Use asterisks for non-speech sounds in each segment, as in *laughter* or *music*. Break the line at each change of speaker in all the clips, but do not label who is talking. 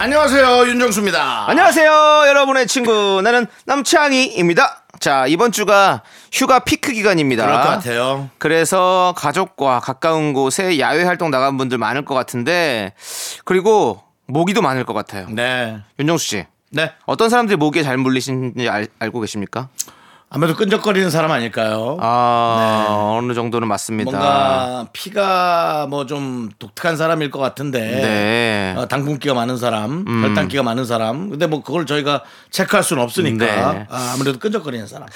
안녕하세요 윤정수입니다.
아. 안녕하세요, 여러분의 친구 나는 남창희입니다. 자, 이번 주가 휴가 피크 기간입니다.
그럴 것 같아요.
그래서 가족과 가까운 곳에 야외 활동 나간 분들 많을 것 같은데 그리고 모기도 많을 것 같아요.
네,
윤정수 씨,
네
어떤 사람들이 모기에 잘 물리신지 알, 고 계십니까?
아무래도 끈적거리는 사람 아닐까요?
아, 어느 정도는 맞습니다.
네. 뭔가 피가 뭐 좀 독특한 사람일 것 같은데
네. 음.
어, 당분기가 많은 사람, 혈당기가 많은 사람. 근데 뭐 그걸 저희가 체크할 수는 없으니까
네.
아, 무래도 끈적거리는 사람.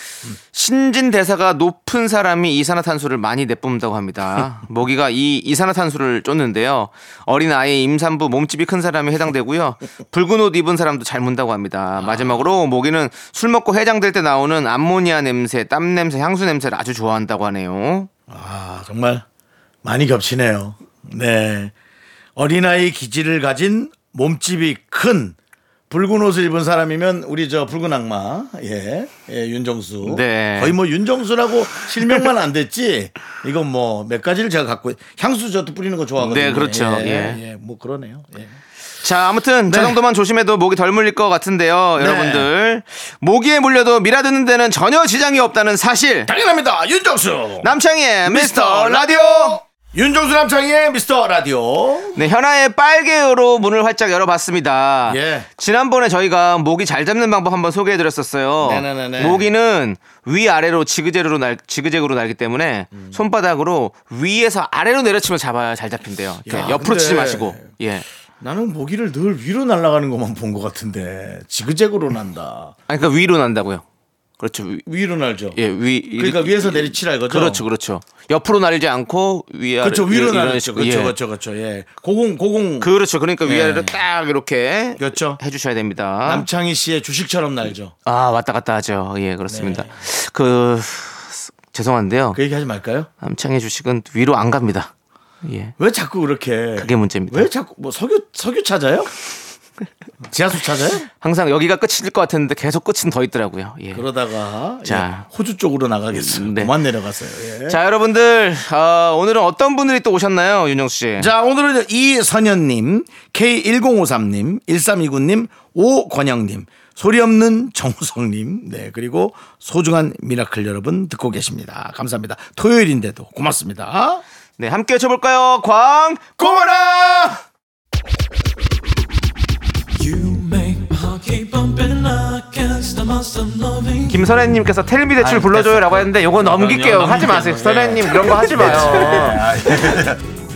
신진 대사가 높은 사람이 이산화탄소를 많이 내뿜는다고 합니다. 모기가 이 이산화탄소를 쫓는데요. 어린 아이, 임산부, 몸집이 큰 사람이 해당되고요. 붉은 옷 입은 사람도 잘 문다고 합니다. 마지막으로 모기는 술 먹고 해장될 때 나오는 암모니아 냄새, 땀 냄새, 향수 냄새를 아주 좋아한다고 하네요.
아 정말 많이 겹치네요. 네 어린아이 기질을 가진 몸집이 큰 붉은 옷을 입은 사람이면 우리 저 붉은 악마 예, 예 윤정수
네.
거의 뭐 윤정수라고 실명만 안 됐지 이건 뭐 몇 가지를 제가 갖고 있- 향수 저도 뿌리는 거 좋아하거든요.
네, 그렇죠.
예,
예.
예, 뭐 그러네요. 예.
자, 아무튼 저 정도만 조심해도 모기 덜 물릴 것 같은데요.
네.
여러분들. 모기에 물려도 미라 듣는 데는 전혀 지장이 없다는 사실.
당연합니다 윤정수
남창희의 미스터 라디오.
윤정수 남창희의 미스터 라디오
네, 현아의 빨개요로 문을 활짝 열어봤습니다.
예.
지난번에 저희가 모기 잘 잡는 방법 한번 소개해드렸었어요.
네네네네.
모기는 위 아래로 지그재그로 날 지그재그로 날기 때문에
음.
손바닥으로 위에서 아래로 내려치면 잡아야 잘 잡힌대요.
야,
옆으로
근데-
치지 마시고. 예.
나는 모기를 늘 위로 날아가는 것만 본 것 같은데 지그재그로 난다.
아니, 그러니까 위로 난다고요. 그렇죠. 위,
위로 날죠.
예, 위.
그러니까 위에서 내리치라 이거죠.
그렇죠, 그렇죠. 옆으로 날지 않고 위 아래.
그렇죠.
이런
위로 날죠.
식으로.
그렇죠,
예.
그렇죠, 그렇죠. 예, 고공, 고공.
그렇죠. 그러니까
예.
위아래로 딱 이렇게
그렇죠.
해주셔야 됩니다.
남창희 씨의 주식처럼 날죠.
아 왔다 갔다 하죠. 예 그렇습니다. 그 죄송한데요.
네. 그 얘기 하지 말까요?
남창의 주식은 위로 안 갑니다. 예
왜 자꾸 그렇게?
그게 문제입니다.
왜 자꾸 뭐 석유 석유 찾아요? 지하수 찾아요?
항상 여기가 끝일 것 같았는데 계속 끝은 더 있더라고요. 예.
그러다가
자.
예, 호주 쪽으로 나가겠어요.
네.
그만 내려가세요. 예.
자 여러분들 어, 오늘은 어떤 분들이 또 오셨나요, 윤정수 씨?
자, 오늘은 이선현님, K1053님, 1329님, 오권영님, 소리 없는 정우성님, 네, 그리고 소중한 미라클 여러분 듣고 계십니다. 감사합니다. 토요일인데도 고맙습니다.
네 함께 쳐볼까요? 광
고마라!
김선혜님께서 텔미 대출 불러줘요라고 했는데 요거 넘길게요. 하지 마세요, 선혜님 그런 거
*laughs*
하지 마요.
예. 아,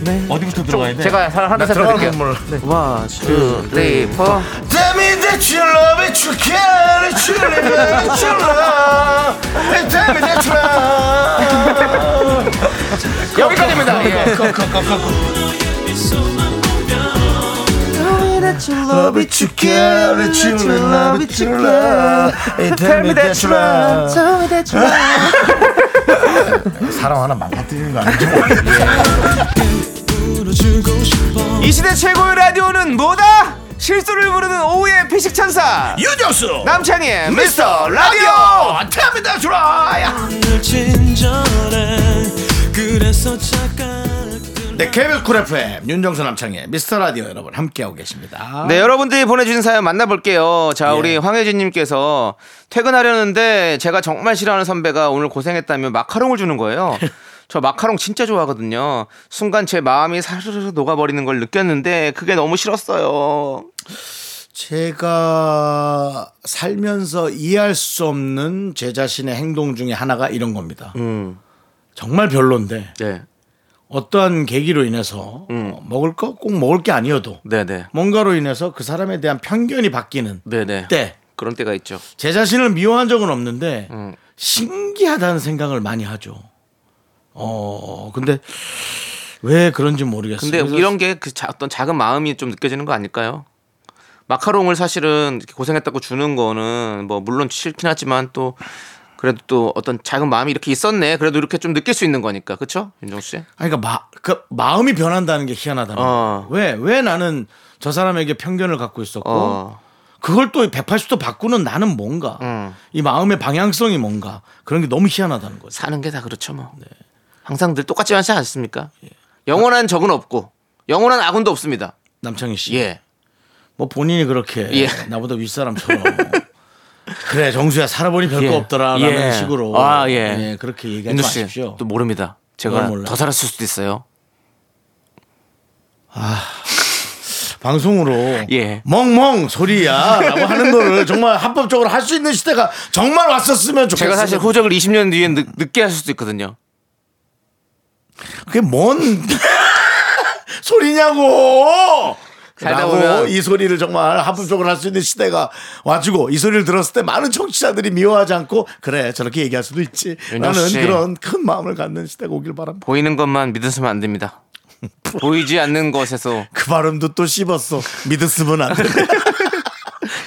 네.
어디부터 들어가야 돼?
제가 하나
들어가는
해드릴게요. 네.
건물. 네.
원, 투, 쓰리, 포.
Tell me that you love it, you care it, you live it, you love it. Tell me that you love it. 여기까지입니다. 예. Love it, you care it, you love it, you love it. Tell me that you love it. 사람 하나 망가뜨리는 거 아니죠?
이 시대 최고의 라디오는 뭐다? 실수를 부르는 오후의 피식 천사
유정수
남창희의 미스터 라디오
라디오 Tell me that you love it. 네, KBS 쿨 FM 윤정수 남창의 미스터 라디오 여러분 함께하고 계십니다.
네 여러분들이 보내주신 사연 만나볼게요 자 우리 황혜진님께서 퇴근하려는데 제가 정말 싫어하는 선배가 오늘 고생했다며 마카롱을 주는 *laughs* 거예요 저 마카롱 진짜 좋아하거든요 순간 제 마음이 사르르 녹아버리는 걸 느꼈는데 그게 너무 싫었어요
제가 살면서 이해할 수 없는 제 자신의 행동 중에 하나가 이런 겁니다.
음.
정말 별론데
네
어떠한 계기로 인해서
음.
어, 먹을 거 꼭 먹을 게 아니어도
네네
뭔가로 인해서 그 사람에 대한 편견이 바뀌는
네네
때 제
그런 때가 있죠
자신을 미워한 적은 없는데
음.
신기하다는 생각을 많이 하죠. 어 근데 왜 그런지 모르겠어요.
근데
그래서
이런 게 그 어떤 작은 마음이 좀 느껴지는 거 아닐까요? 마카롱을 사실은 이렇게 고생했다고 주는 거는 뭐 물론 싫긴 하지만 또 그래도 또 어떤 작은 마음이 이렇게 있었네. 그래도 이렇게 좀 느낄 수 있는 거니까. 그렇죠? 윤정수 씨?
아니, 그러니까 마, 그 마음이 변한다는 게 희한하다.
어.
왜, 왜 나는 저 사람에게 편견을 갖고 있었고
어.
그걸 또 180도 바꾸는 나는 뭔가
음.
이 마음의 방향성이 뭔가 그런 게 너무 희한하다는 거죠.
사는 게 다 그렇죠 뭐.
네.
항상 늘 똑같지 않지 않습니까?
예.
영원한 적은 없고 영원한 아군도 없습니다.
남창희 씨.
예.
뭐 본인이 그렇게
예.
나보다 윗사람처럼 그래 정수야 살아보니 별거
예.
없더라라는
예.
식으로
아, 예.
그렇게 얘기하지
윤도 씨
마십시오.
또 뭐. 모릅니다.
뭘
제가
몰라?
더 살았을 수도 있어요.
방송으로
예.
멍멍 소리야라고 하는 거를 정말 합법적으로 할 수 있는 시대가 정말 왔었으면 좋겠어요.
제가 사실 호적을 20년 뒤에 늦, 늦게 하실 수도 있거든요.
그게 뭔 *laughs* 소리냐고.
살다
라고
보면-
이 소리를 정말 합법적으로 할 수 있는 시대가 와주고 이 소리를 들었을 때 많은 청취자들이 미워하지 않고 그래 저렇게 얘기할 수도 있지
윤정수
나는
씨.
그런 큰 마음을 갖는 시대가 오길 바랍니다
보이는 것만 믿으시면 안 됩니다. 보이지 않는 것에서
그 발음도 또 씹었어 믿었으면
*laughs*
안돼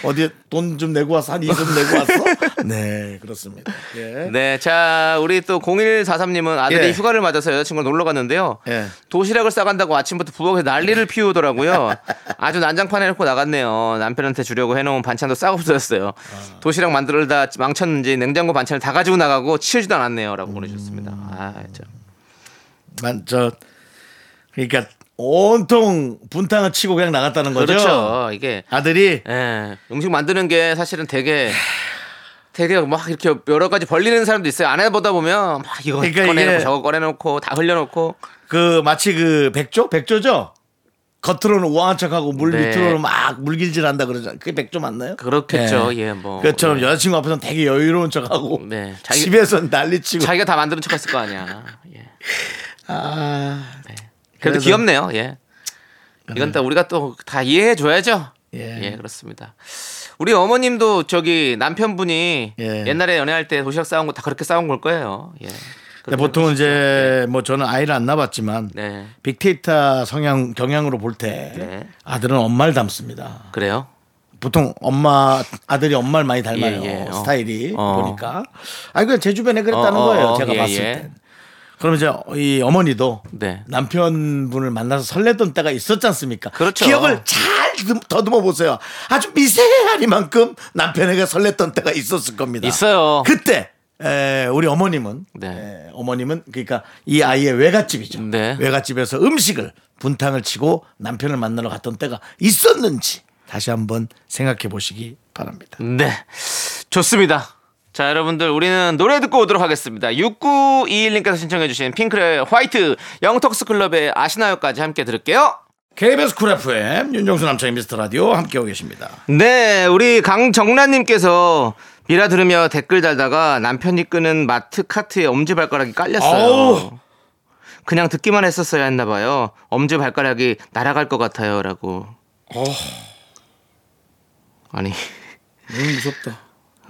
어디에 돈 좀 내고 와서 한 2금 내고 왔어 네 그렇습니다 예.
네, 자, 우리 또 0143님은 아들이
예.
휴가를 맞아서 여자친구랑 놀러 갔는데요.
예.
도시락을 싸간다고 아침부터 부엌에서 난리를 피우더라고요. 아주 난장판에 놓고 나갔네요. 남편한테 주려고 해놓은 반찬도 싹 없어졌어요. 도시락 만들다 망쳤는지 냉장고 반찬을 다 가지고 나가고 치우지도 않았네요. 라고 보내주셨습니다. 아, 참.
만, 저, 그러니까 온통 분탕을 치고 그냥 나갔다는 거죠
그렇죠. 이게
아들이
예, 음식 만드는 게 사실은 되게 되게 막 이렇게 여러 가지 벌리는 사람도 있어요. 안 해보다 보면 막 이거
그러니까
꺼내놓고
이게-
저거 꺼내놓고 다 흘려놓고
그 마치 그 백조 백조죠. 겉으로는 우아한 척하고 물
네.
밑으로는 막 물길질한다 그러잖아. 그게 백조 맞나요? 네.
그렇겠죠. 예, 뭐.
그처럼
예.
여자친구 앞에서는 되게 여유로운 척하고
네, 자기-
집에서는 난리치고
자기가 다 만드는 척했을 거 아니야. 예.
아,
그래도
그래서- 네.
귀엽네요. 예. 이건 다 우리가 또 다 이해해 줘야죠.
예.
예. 그렇습니다. 우리 어머님도 저기 남편분이
예.
옛날에 연애할 때 도시락 싸운 거 다 그렇게 싸운 걸 거예요. 예.
근데 네, 보통은 이제 뭐 저는 아이를 안 낳았지만
네.
빅데이터 성향 경향으로 볼 때
네.
아들은 엄마를 닮습니다.
그래요?
보통 엄마 아들이 엄마를 많이 닮아요
예, 예. 어.
스타일이
어.
보니까 아 그냥 제 주변에 그랬다는
어, 어,
거예요
어,
제가
예,
봤을
예.
때. 그러면 이제 이 어머니도
네.
남편분을 만나서 설레던 때가 있었지 않습니까?
그렇죠.
기억을 잘 듬- 더듬어 보세요. 아주 미세하리만큼 남편에게 설렜던 때가 있었을 겁니다.
있어요.
그때 에, 우리 어머님은
네.
에, 어머님은 그러니까 이 아이의 외갓집이죠.
네.
외갓집에서 음식을 분탕을 치고 남편을 만나러 갔던 때가 있었는지 다시 한번 생각해 보시기 바랍니다.
네. 좋습니다. 자, 여러분들 우리는 노래 듣고 오도록 하겠습니다. 6921님께서 신청해 주신 핑클의 화이트 영턱스 클럽의 아시나요까지 함께 들을게요.
KBS 쿨 FM 윤정수 남창희 미스터 라디오 함께하고 계십니다.
네, 우리 강정란님께서 미라 들으며 댓글 달다가 남편이 끄는 마트 카트에 엄지 발가락이 깔렸어요.
아우.
그냥 듣기만 했었어야 했나 봐요. 엄지 발가락이 날아갈 것 같아요라고.
어.
아니,
너무 무섭다.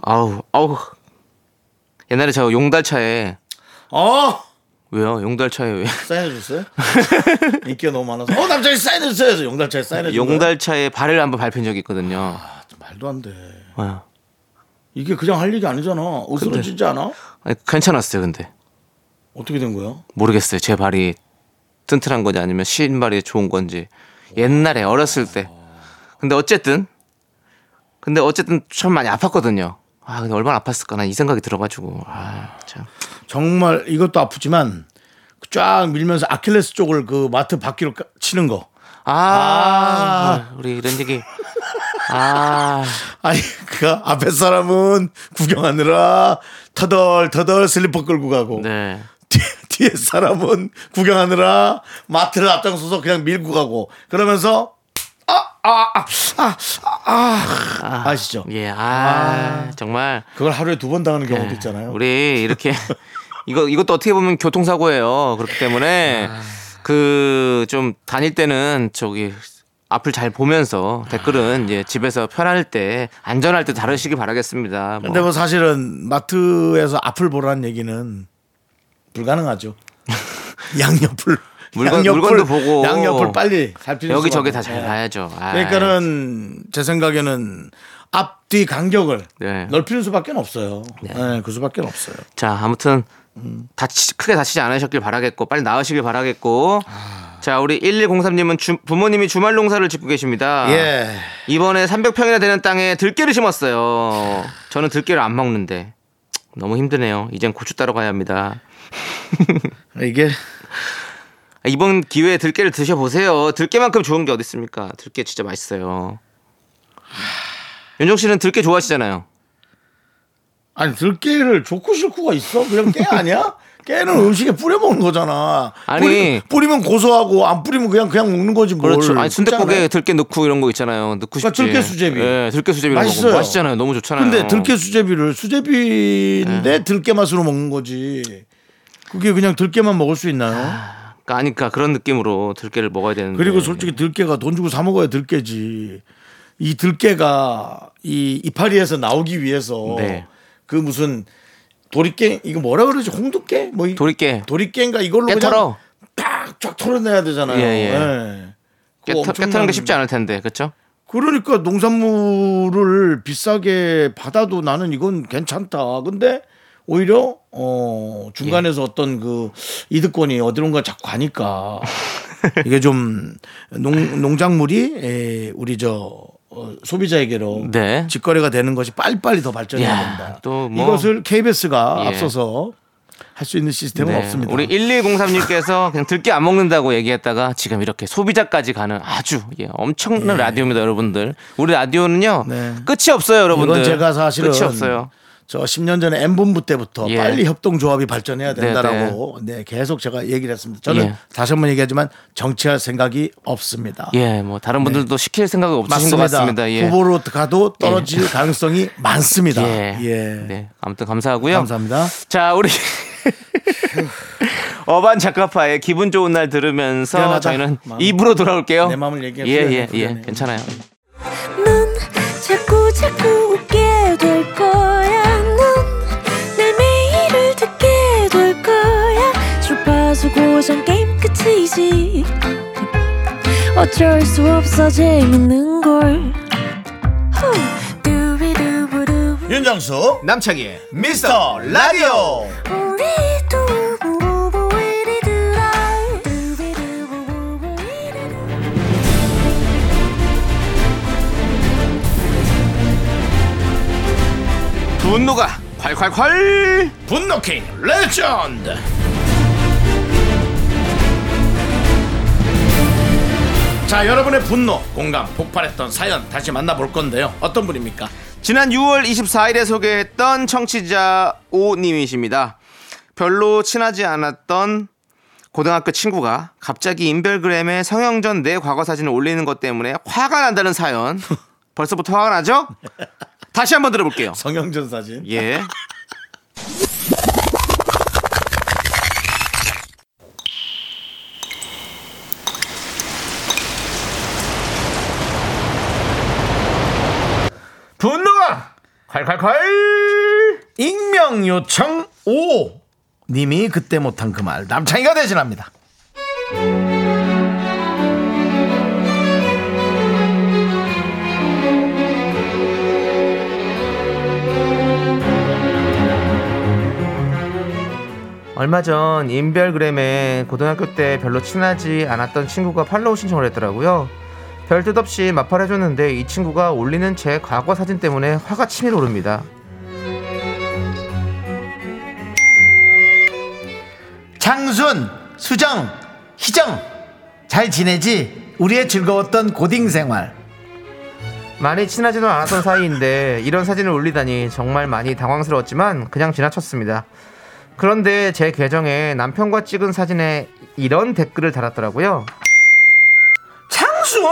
아우, 아우. 옛날에 저 용달차에
어!
왜요? 용달차에
*laughs*
왜?
사인해줬어요? 인기가 너무 많아서 어 남자에 사인해주세요 해서 용달차에 사인해줬어요
용달차에 발을 한번 밟힌 적이 있거든요.
말도 안돼
어.
이게 그냥 할 얘기 아니잖아 으스러지지 않아?
아니, 괜찮았어요, 근데.
어떻게 된 거야?
모르겠어요. 제 발이 튼튼한 건지 아니면 신발이 좋은 건지 옛날에 어렸을 때. 근데 어쨌든 근데 어쨌든 참 많이 아팠거든요. 아 근데 얼마나 아팠을까 난 이 생각이 들어가지고 아 참.
정말 이것도 아프지만 쫙 밀면서 아킬레스 쪽을 그 마트 바퀴로 까- 치는 거
아, 우리 이런 얘기 아
아니 *laughs* 그 앞에 사람은 구경하느라 터덜터덜 슬리퍼 끌고 가고
네.
뒤- *laughs* 뒤에 사람은 구경하느라 마트를 앞장서서 그냥 밀고 가고 그러면서 아, 아아아아아 아, 시죠
예, 아, 정말
그걸 하루에 두 번 당하는
네.
경우도 있잖아요.
우리 이렇게 *laughs* 이거 이것도 어떻게 보면 교통사고예요. 그렇기 때문에 그 좀 다닐 때는 저기 앞을 잘 보면서 댓글은 이제 집에서 편할 때 안전할 때 다루시기 바라겠습니다. 뭐.
근데 뭐 사실은
*laughs*
마트에서 앞을 보라는 얘기는 불가능하죠. 양옆을
물건,
양옆을-
물건도 보고
양옆을 빨리 살 필요가
여기 저기
많아요. 네.
다 잘 봐야죠. 아이,
그러니까는 제 생각에는 앞뒤 간격을
네.
넓히는 수밖에 없어요. 네, 그 수밖에 없어요.
자 아무튼
음.
다치 크게 다치지 않으셨길 바라겠고 빨리 나으시길 바라겠고 자 우리 1103님은 주, 부모님이 주말 농사를 짓고 계십니다.
예.
이번에 300평이나 되는 땅에 들깨를 심었어요. 저는 들깨를 안 먹는데 너무 힘드네요. 이젠 고추 따러 가야 합니다.
이게
아, 이번 기회에 들깨를 드셔보세요. 들깨만큼 좋은 게 어디 있습니까? 들깨 진짜 맛있어요. 윤정 씨는 들깨 좋아하시잖아요.
아니 들깨를 좋고 싫고가 있어? 그냥 깨 아니야? *laughs* 깨는 음식에 뿌려 먹는 거잖아.
아니.
뿌리, 면 고소하고 안 뿌리면 그냥 그냥 먹는 거지 뭘.
그렇죠. 아니 순대국에
그렇잖아요.
들깨 넣고 이런 거 있잖아요. 넣고 싶지.
그러니까 들깨 수제비.
예, 들깨 수제비 이런
맛있어요.
거 맛있잖아요. 너무 좋잖아요. 네.
근데 들깨 수제비를 수제비인데 들깨 맛으로 먹는 거지. 그게 그냥 들깨만 먹을 수 있나요?
그러니까 아니까 네. 그런 느낌으로 들깨를 먹어야 되는데.
그리고 솔직히 들깨가 돈 주고 사 먹어야 들깨지. 이 들깨가 이 이파리에서 나오기 위해서
네.
그 무슨 도리깨 이거 뭐라 그러지 홍두깨 뭐 이-
도리깨
도리깨인가 이걸로
깨 털어.
그냥 뭐 쫙쫙 털어내야 되잖아요.
예, 예.
예.
깨
그거
털- 깨
엄청난-
털는 게 쉽지 않을 텐데, 그렇죠?
그러니까 농산물을 비싸게 받아도 나는 이건 괜찮다. 근데 오히려 어
예.
중간에서 어떤 그 이득권이 어디론가 자꾸
*laughs*
가니까 이게 좀 농, 농작물이 에, 우리 저 어, 소비자에게로
네.
직거래가 되는 것이 빨리빨리 더 발전해야
야,
된다.
또 뭐.
이것을 KBS가
예.
앞서서 할 수 있는 시스템은
네.
없습니다.
우리 1103님께서 그냥 들깨 안 먹는다고 얘기했다가 지금 이렇게 소비자까지 가는 아주 예, 엄청난 라디오입니다, 여러분들. 우리 라디오는요
네.
끝이 없어요, 여러분들.
이건 제가 사실은
끝이 없어요.
저 10년 전에 M본부 때부터
예.
빨리 협동조합이 발전해야 된다라고 네, 계속 제가 얘기를 했습니다. 저는
예.
다시 한 번 얘기하지만 정치할 생각이 없습니다.
예, 뭐 다른 분들도 시킬 생각이 없으신
네. 맞습니다.
것 같습니다. 예.
후보로 가도 떨어질 가능성이 많습니다.
예.
예.
네. 아무튼 감사하고요.
감사합니다.
자, 우리 *laughs* 어반 작가파의 기분 좋은 날 들으면서
미안하다.
저희는
마음.
입으로 돌아올게요.
내 마음을 얘기해.
예, 예,
미안해,
예.
미안해.
괜찮아요.
넌 자꾸 자꾸 웃게 될 거야. 넌내 매일을 듣게 될 거야. 주파수 고정 게임 끝이지. 어쩔 수 없어 재밌는 걸. 후. 두비두부두.
윤정수 남창희 미스터 라디오
우리 두부부부 우리 두라. 두비두부부부 우리 두라.
분노가 콸콸콸!
분노킹 레전드 자 여러분의 분노 공감 폭발했던 사연 다시 만나볼 건데요 어떤 분입니까
지난 6월 24일에 소개했던 청취자 오님이십니다. 별로 친하지 않았던 고등학교 친구가 갑자기 인별그램에 성형전 내 과거 사진을 올리는 것 때문에 화가 난다는 사연. 벌써부터 화가 나죠? 다시 한번 들어볼게요.
성형전 사진
예.
분노가 콸콸콸 익명 요청 오 님이 그때 못한 그 말 남창이가 대신합니다
얼마 전 인별그램에 고등학교 때 별로 친하지 않았던 친구가 팔로우 신청을 했더라고요. 별 뜻 없이 마팔 해줬는데 이 친구가 올리는 제 과거 사진 때문에 화가 치밀 오릅니다.
장순 수정 희정 잘 지내지 우리의 즐거웠던 고딩 생활
많이 친하지도 않았던 사이인데 이런 사진을 올리다니 정말 많이 당황스러웠지만 그냥 지나쳤습니다. 그런데 제 계정에 남편과 찍은 사진에 이런 댓글을 달았더라고요.
장순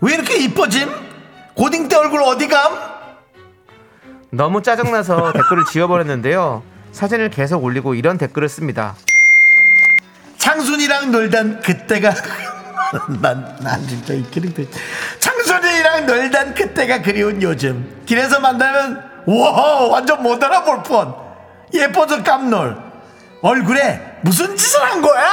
왜 이렇게 이뻐짐 고딩 때 얼굴 어디감
너무 짜증나서 *laughs* 댓글을 지워버렸는데요. 사진을 계속 올리고 이런 댓글을 씁니다.
장순이랑 놀던 그때가 *laughs* 난, 난 진짜 이 캐릭터 장순이랑 놀던 그때가 그리운 요즘 길에서 만나면 와 완전 못 알아볼 뻔 예뻐서 깜놀 얼굴에 무슨 짓을 한 거야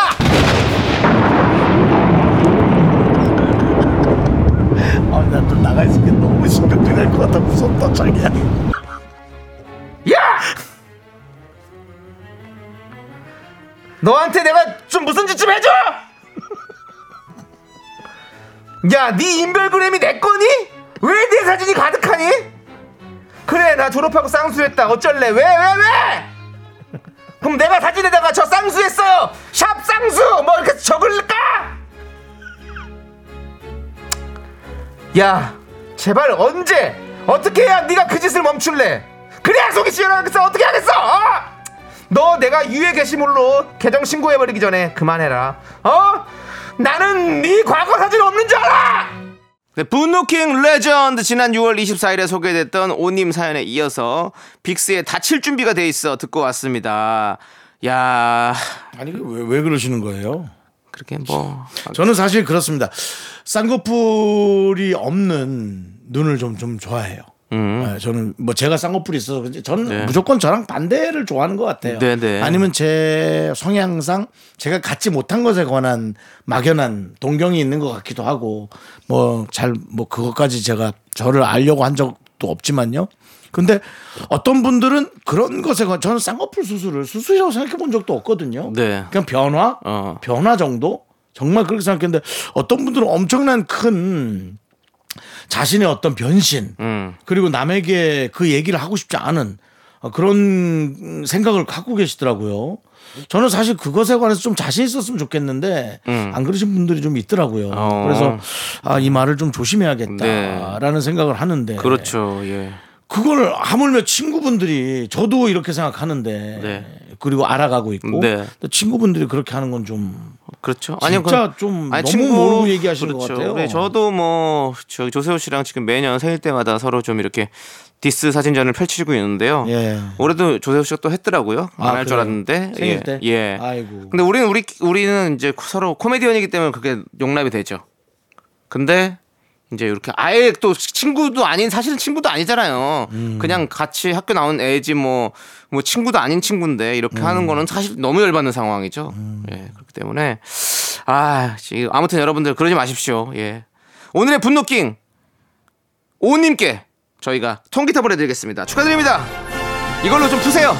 아, 나 좀 나가 있을게. 너무 심각해 될것 같아. 무섭다, 자기야.
너한테 내가 좀 무슨 짓 좀 해줘! 야, 네 인별그램이 내 거니? 왜 내 사진이 가득하니? 그래, 나 졸업하고 쌍수했다. 어쩔래? 왜, 왜, 왜? 그럼 내가 사진에다가 저 쌍수했어요! 샵 쌍수! 뭐 이렇게 적을까? 야, 제발 언제? 어떻게 해야 네가 그 짓을 멈출래? 그래야 속이 시원하겠어! 어떻게 하겠어! 어? 너 내가 유해 게시물로 계정 신고해버리기 전에 그만해라. 어? 나는 네 과거 사진 없는 줄 알아. 네, 분노킹 레전드 지난 6월 24일에 소개됐던 오님 사연에 이어서 빅스의 다칠 준비가 돼 있어 듣고 왔습니다. 야
아니, 왜, 왜 그러시는 거예요?
그렇게 뭐
저는 사실 그렇습니다. 쌍꺼풀이 없는 눈을 좀, 좀 좋아해요. 네, 저는 뭐 제가 쌍꺼풀이 있어서 그런지 저는
음. 네.
무조건 저랑 반대를 좋아하는 것 같아요.
네, 네.
아니면 제 성향상 제가 갖지 못한 것에 관한 막연한 동경이 있는 것 같기도 하고 뭐 잘 뭐 그것까지 제가 저를 알려고 한 적도 없지만요. 근데 어떤 분들은 그런 것에 관 저는 쌍꺼풀 수술을 수술이라고 생각해 본 적도 없거든요. 그러니까
네.
그냥 변화,
어.
변화 정도 정말 그렇게 생각했는데 어떤 분들은 엄청난 큰 자신의 어떤 변신
음.
그리고 남에게 그 얘기를 하고 싶지 않은 어, 그런 생각을 갖고 계시더라고요. 저는 사실 그것에 관해서 좀 자신 있었으면 좋겠는데 안 그러신 분들이 좀 있더라고요.
음. 어.
그래서 아, 이 말을 좀 조심해야겠다라는 생각을 하는데
네. 그렇죠. 예.
그걸 하물며 친구분들이 저도 이렇게 생각하는데
네.
그리고 알아가고 있고
네.
근데 친구분들이 그렇게 하는 건좀
그렇죠.
진짜
그건-
좀 너무 모르고 얘기하시는 것 같아요.
뭐 네, 저도 뭐 저, 조세호 씨랑 지금 매년 생일 때마다 서로 좀 이렇게 디스 사진전을 펼치고 있는데요.
예.
올해도 조세호 씨가 또 했더라고요. 안
아,
할 줄
그래요?
알았는데
생일
예.
때?
예.
아이고.
근데 우리는 우리 우리는 이제 서로 코미디언이기 때문에 그게 용납이 되죠. 근데 이제 이렇게 아예 또 친구도 아닌 사실은 친구도 아니잖아요. 그냥 같이 학교 나온 애지 뭐 뭐 친구도 아닌 친구인데 이렇게 하는 거는 사실 너무 열받는 상황이죠. 예. 그렇기 때문에 아 지- 아무튼 여러분들 그러지 마십시오. 예. 오늘의 분노킹 오님께 저희가 통기타 보내드리겠습니다. 축하드립니다. 이걸로 좀 푸세요.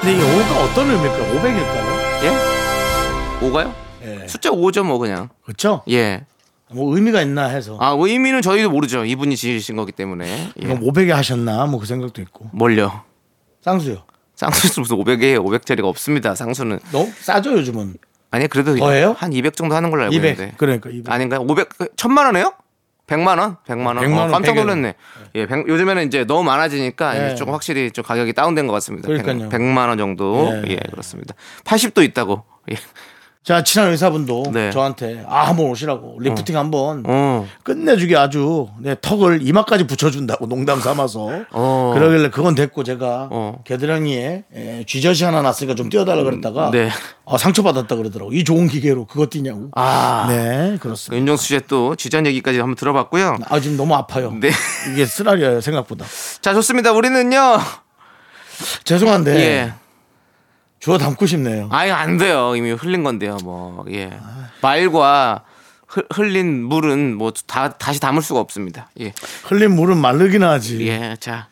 근데 이 5가 어떤 의미일까요? 500일까요?
예? 5가요?
예.
숫자 5죠 뭐 그냥.
그렇죠?
예.
뭐 의미가 있나 해서
아 의미는 저희도 모르죠. 이분이 지으신 거기 때문에. 예.
이거 500에 하셨나 뭐 그 생각도 있고
뭘요?
쌍수요.
쌍수는 무슨 500에 500짜리가 없습니다. 쌍수는
너무 싸죠 요즘은
아니 그래도
더해요?
한 200 정도 하는 걸로 알고
200
있는데.
그러니까 200
아닌가요? 500 천만 원에요? 100만 원? 100만 원.
100만 원,
어, 깜짝
100에.
놀랐네. 예, 100 요즘에는 이제 너무 많아지니까
예.
이제 조금 확실히 좀 가격이 다운된 것 같습니다.
그러니까요.
100, 만원 정도.
예.
예, 그렇습니다. 80도 있다고. 예.
자 친한 의사분도
네.
저한테 아 한번 오시라고 리프팅 한번
어.
끝내주게 아주 내 턱을 이마까지 붙여준다고 농담 삼아서
어.
그러길래 그건 됐고 제가
어.
겨드랑이에 에, 쥐젖이 하나 났으니까 좀 띄워달라 그랬다가
네.
어, 상처받았다 그러더라고 이 좋은 기계로 그거 띄냐고
아.
네 그렇습니다
윤정수 씨의 또 지전 얘기까지 한번 들어봤고요.
아 지금 너무 아파요
네. *laughs*
이게 쓰라려요 생각보다
자, 좋습니다. 우리는요.
죄송한데
예.
주워 담고 싶네요
아예 안 돼요. 이미 흘린 건데요. 뭐 예. 말과 흘- 흘린 물은 뭐 다 다시 담을 수가 없습니다. 예.
흘린 물은 마르기나 하지
예. 자.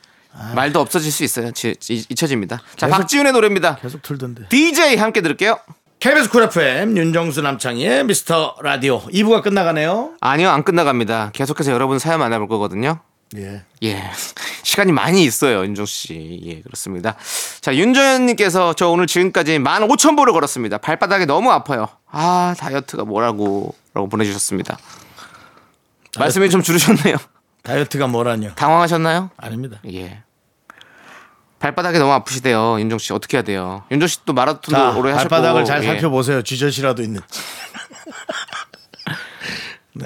말도 없어질 수 있어요. 지, 지- 잊혀집니다. 자, 박지훈의 노래입니다.
계속 틀던데
DJ 함께 들을게요.
KBS 쿨 FM 윤정수 남창희의 미스터 라디오 2부가 끝나가네요
아니요, 안 끝나갑니다. 계속해서 여러분 사연 만나볼 거거든요.
예
예. 시간이 많이 있어요, 윤종 씨. 예, 그렇습니다. 자, 윤정현님께서 저 오늘 지금까지 15,000보를 걸었습니다. 발바닥이 너무 아파요. 아, 다이어트가 뭐라고, 라고 보내주셨습니다. 말씀이 좀 줄으셨네요.
다이어트가 뭐라뇨
당황하셨나요?
아닙니다
예. 발바닥이 너무 아프시대요, 윤종 씨. 어떻게 해야 돼요? 윤종 씨도 마라톤도
자,
오래 하셨고
발바닥을 잘
예.
살펴보세요. 쥐젖이라도 있는지.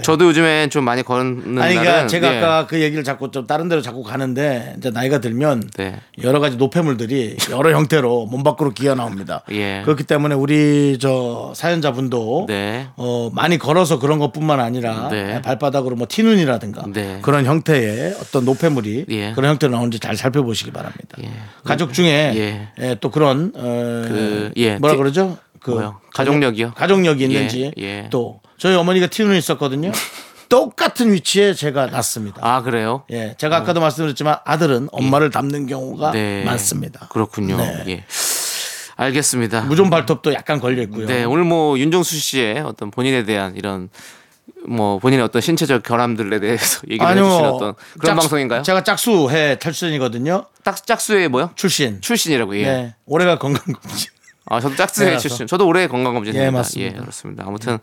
저도 요즘에 좀 많이 걷는
네. 아니, 그러니까
날은
제가
예.
아까 그 얘기를 자꾸 좀 다른 데로 자꾸 가는데 이제 나이가 들면
네.
여러 가지 노폐물들이 여러 형태로 몸 밖으로 기어 나옵니다.
예.
그렇기 때문에 우리 저 사연자분도
네.
어, 많이 걸어서 그런 것뿐만 아니라
네.
발바닥으로 뭐 티눈이라든가
네.
그런 형태의 어떤 노폐물이
예.
그런 형태로 나오는지 잘 살펴보시기 바랍니다. 가족 중에 예, 또 그런 어,
그, 예.
뭐라
티-
그러죠? 그
뭐요? 가족력이요?
가족력이 있는지
예, 예. *laughs*
또 저희 어머니가 티눈이 있었거든요. 똑같은 위치에 제가 났습니다.
아 그래요?
예, 제가 아까도 말씀드렸지만 아들은 엄마를 닮는 경우가
네.
많습니다.
그렇군요.
네.
예. 알겠습니다.
무좀 발톱도 약간 걸려 있고요.
네, 오늘 뭐 윤정수 씨의 어떤 본인에 대한 이런 뭐 본인의 어떤 신체적 결함들에 대해서 *laughs* 얘기를 해주신 어떤 그런
짝수-
방송인가요?
제가 짝수회 출신이거든요.
딱 짝수의 뭐요?
출신.
출신이라고 예.
네, 올해가 건강검진.
아 저도 짝수의
네,
출신. 저도 올해 건강
예,
검진입니다. 예,
맞습니다.
그렇습니다. 아무튼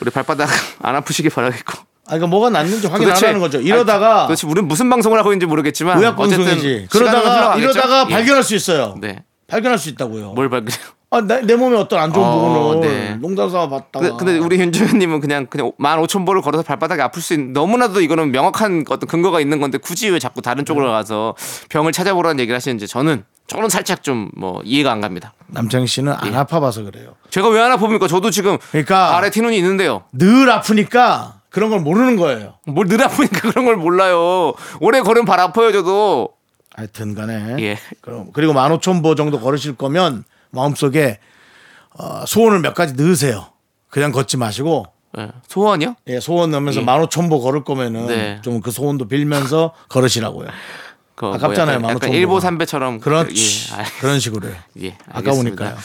우리 발바닥 *laughs* 안 아프시길 바라겠고.
아, 그러니까 뭐가 났는지 확인 안 하는 거죠. 이러다가
아니, 도대체 우리는 무슨 방송을 하고 있는지 모르겠지만
의학 방송이지. 그러다가 이러다가
발견
발견할 수 있어요.
예. 네.
발견할 수 있다고요.
뭘 발견?
아, 내, 내 몸에 어떤 안 좋은
어,
부분을
네.
농담삼아 봤다가.
그, 근데, 근데 우리 윤주현님은 그냥 그냥 만 오천 보를 걸어서 발바닥에 아플 수 있는 너무나도 이거는 명확한 어떤 근거가 있는 건데 굳이 왜 자꾸 다른
네.
쪽으로 가서 병을 찾아보라는 얘기를 하시는지 저는 저는 살짝 좀 뭐 이해가 안 갑니다.
남창희 씨는 안 아파봐서 그래요.
제가 왜 하나 봅니까? 저도 지금
그러니까-
예. 아래 티눈이 있는데요.
늘 아프니까 그런 걸 모르는 거예요.
뭘 늘 아프니까 *laughs* 그런 걸 몰라요. 오래 걸으면 발 아파요 저도.
하여튼 간에.
예.
그럼, 그리고 15,000보 정도 걸으실 거면 마음속에 어, 소원을 몇 가지 넣으세요. 그냥 걷지 마시고.
예. 소원이요?
예, 소원 넣으면서
예.
15,000보 걸을 거면은
네.
좀 그 소원도 빌면서 걸으시라고요.
그
아깝잖아요,
뭐 약간, 약간
만오천보.
일보 삼배처럼
그렇지.
예. 아,
그런 식으로요.
예, 알겠습니다.
아까우니까요.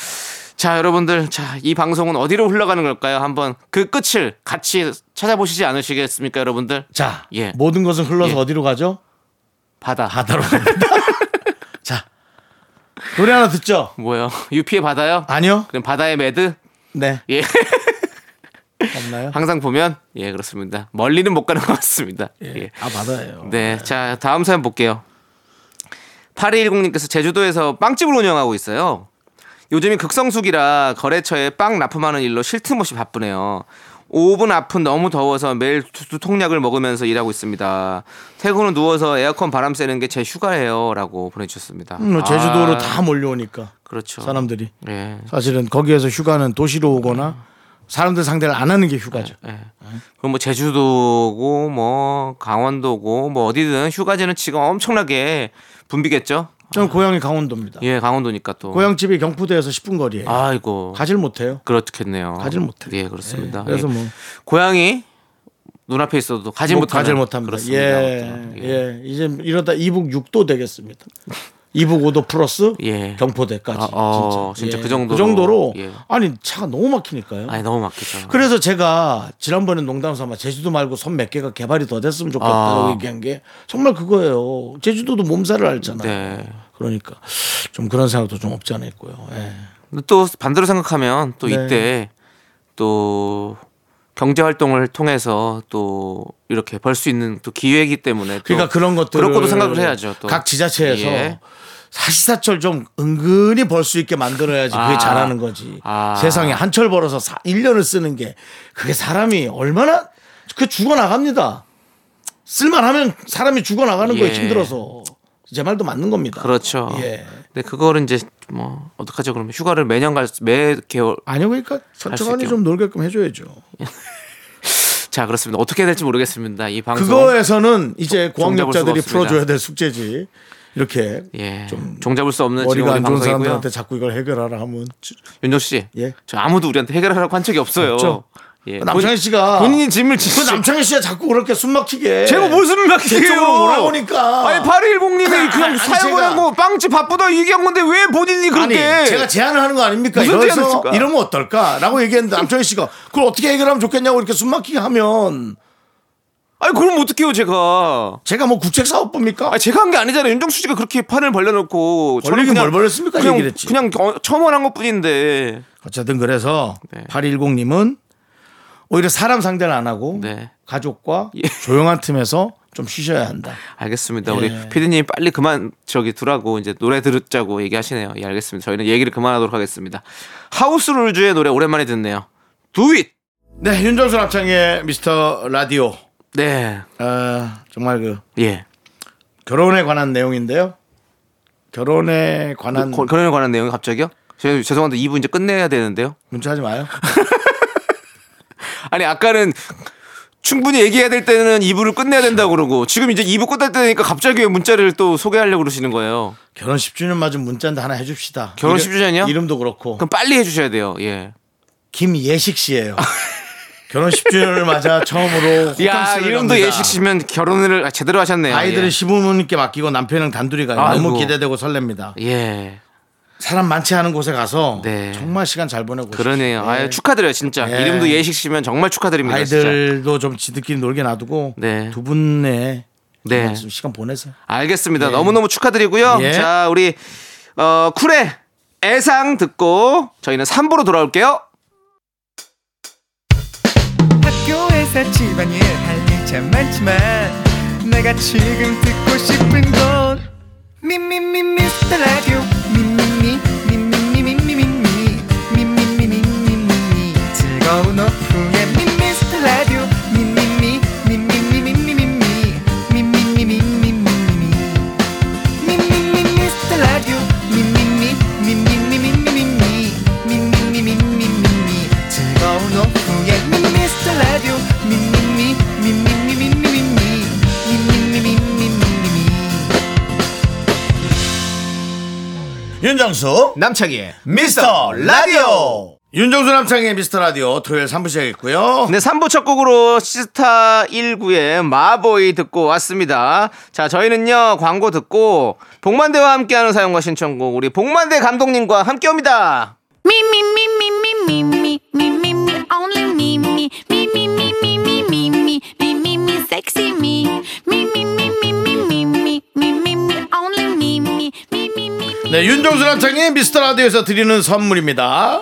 자 여러분들 자 이 방송은 어디로 흘러가는 걸까요? 한번 그 끝을 같이 찾아보시지 않으시겠습니까 여러분들?
자,
예.
모든 것은 흘러서
예.
어디로 가죠?
바다
바다로 갑니다. *laughs* 자, 노래 하나 듣죠?
뭐요? *laughs* 유피의 바다요?
아니요?
그럼 바다의 매드?
네.
예 *laughs*
없나요?
항상 보면 예 그렇습니다. 멀리는 못 가는 것 같습니다. 예.
아, 바다예요.
네. 자, 다음 사연 볼게요. 8210님께서 제주도에서 빵집을 운영하고 있어요. 요즘이 극성수기라 거래처에 빵 납품하는 일로 쉴 틈 없이 바쁘네요. 오븐 앞은 너무 더워서 매일 두- 두통약을 먹으면서 일하고 있습니다. 퇴근 후 누워서 에어컨 바람 쐬는 게 제 휴가예요. 라고 보내주셨습니다.
음, 뭐 제주도로
아,
다 몰려오니까
그렇죠.
사람들이
예.
사실은 거기에서 휴가는 도시로 오거나 사람들 상대를 안 하는 게 휴가죠.
예. 그럼 뭐 제주도고 뭐 강원도고 뭐 어디든 휴가지는 지금 엄청나게 붐비겠죠?
저는 고향이 강원도입니다.
예, 강원도니까 또.
고향 집이 경포대에서 10분 거리에 요
아이고.
가질 못해요.
그렇겠네요.
가질 못해요.
예, 그렇습니다.
예, 그래서
예.
뭐.
고양이 눈앞에 있어도 가지
못
못하는
가질 못합니다.
그렇습니다.
예,
아무튼. 예.
예, 이제 이러다 이북 6도 되겠습니다. 이북 5도 플러스
예.
경포대까지
아, 어, 진짜 그 정도로.
로
예.
아니 차가 너무 막히니까요.
아니 너무 막히죠.
그래서 제가 지난번에 농담삼아 제주도 말고 섬 몇 개가 개발이 더 됐으면 좋겠다고
아.
얘기한 게 정말 그거예요. 제주도도 몸살을 앓잖아요.
네.
그러니까 좀 그런 생각도 좀 없지 않아 있고요. 예.
근데 또 반대로 생각하면 또
네.
이때 또 경제 활동을 통해서 또 이렇게 벌 수 있는 또 기회이기 때문에 또
그러니까 그런 것들
그런 것도 생각을 해야죠. 또.
각 지자체에서
예.
사시사철 좀 은근히 벌 수 있게 만들어야지 그게
아.
잘하는 거지.
아.
세상에 한철 벌어서 사, 1년을 쓰는 게 그게 사람이 얼마나 그 죽어 나갑니다. 쓸만하면 사람이 죽어 나가는 거에
예.
힘들어서 제 말도 맞는 겁니다.
그렇죠.
예.
근데 그거를 이제 뭐 어떡하죠? 그러면 휴가를 매년 갈 매 개월
아니요 그러니까 천천히
있게요.
좀 놀게끔 해줘야죠.
자 그렇습니다. 어떻게 될지 모르겠습니다. 이 방송
그거에서는 이제
종잡을 수가
고학력자들이
없습니다.
풀어줘야 될 숙제지. 이렇게
예.
좀
종잡을 수 없는 지금
머리가
우리
안 좋은
방송이고요.
사람들한테 자꾸 이걸 해결하라 하면
윤정 씨,
예.
저 아무도 우리한테 해결하라고 한 적이 없어요.
없죠.
예.
남창희 씨가
본, 본인이 짐을 지.
그 남창희 씨가 자꾸 그렇게 숨 막히게.
제가 무슨 막히게요?
그쪽으로 몰아오니까.
아니 8210님이
아니,
그냥 사연
제가-
보내고 빵집 바쁘다 얘기한 건데 왜 본인이
아니
그렇게?
제가 제안을 하는 거 아닙니까?
무슨
이래서
제안했을까?
이러면 어떨까라고 얘기했는데 남창희 씨가 그걸 어떻게 해결하면 좋겠냐고 이렇게 숨 막히게 하면
아니 그럼 어떡해요 제가?
제가 뭐 국책 사업부입니까?
아 제가 한 게 아니잖아요. 윤정수 씨가 그렇게 판을 벌려놓고 저는
벌리긴
그냥-
뭘 벌렸습니까?
그냥
얘기를 했지.
그냥 어, 첨언한 것뿐인데.
어쨌든 그래서
네.
8210님은 오히려 사람 상대를 안 하고
네.
가족과 *laughs* 조용한 틈에서 좀 쉬셔야 한다.
알겠습니다.
예.
우리 피디님 빨리 그만 저기 두라고 이제 노래 들으자고 얘기하시네요. 예, 알겠습니다. 저희는 얘기를 그만하도록 하겠습니다. 하우스 룰즈의 노래 오랜만에 듣네요. Do it.
네, 윤정수 남창의 미스터 라디오. 어,
네.
정말 그
예.
결혼에 관한 내용인데요. 결혼에 관한
거- 결혼에 관한 내용이 갑자기요? 제- 죄송한데 2부 이제 끝내야 되는데요.
문자 하지 마요. *laughs*
아니 아까는 충분히 얘기해야 될 때는 2부를 끝내야 된다고 그러고 지금 이제 2부 끝날 때니까 갑자기 왜 문자를 또 소개하려고 그러시는 거예요.
결혼 10주년 맞은 문자인데 하나 해줍시다.
결혼
이름-
10주년이요?
이름도 그렇고
그럼 빨리 해주셔야 돼요. 예.
김예식 씨예요. *laughs* 결혼 10주년을 맞아 처음으로
야,
호캉스를
이름도
갑니다.
예식 씨면 결혼을 제대로 하셨네요.
아이들은
예.
시부모님께 맡기고 남편이랑 단둘이 가요. 너무
아이고.
기대되고 설렙니다.
예.
사람 많지 않은 곳에 가서
네.
정말 시간 잘 보내고
그러네요.
싶어요. 네.
아유, 축하드려요, 진짜.
예.
이름도 예식 씨면 정말 축하드립니다. 진짜.
아이들도 좀 지들끼리 놀게 놔두고
네.
두 분의
네.
좀 시간 보내세요.
알겠습니다. 너무너무 축하드리고요.
예.
자, 우리 어, 쿨의 애상 듣고 저희는 3부로 돌아올게요.
학교에서 집안일 할 일 참 많지만 내가 지금 듣고 싶은 건 미미미 미스터 라디오 미미미 미미미 미미미 미미미 미미미 즐거운 오후에 미스터 라디오 미미미 미미미 미미미 미미미 미미미 미미미
윤정수
남창희의
미스터 라디오 윤정수 남창의 미스터 라디오 토요일 3부 시작했고요.
네, 3부 첫 곡으로 시스타 19의 마보이 듣고 왔습니다. 자, 저희는요, 광고 듣고, 복만대와 함께하는 사연과 신청곡, 우리 복만대 감독님과 함께 옵니다.
Me me me me me me me me me me only me me me me me me me me me me me me sexy me me me me me me me me me me me only me me me me me
네, 윤정수 남창의 미스터 라디오에서 드리는 선물입니다.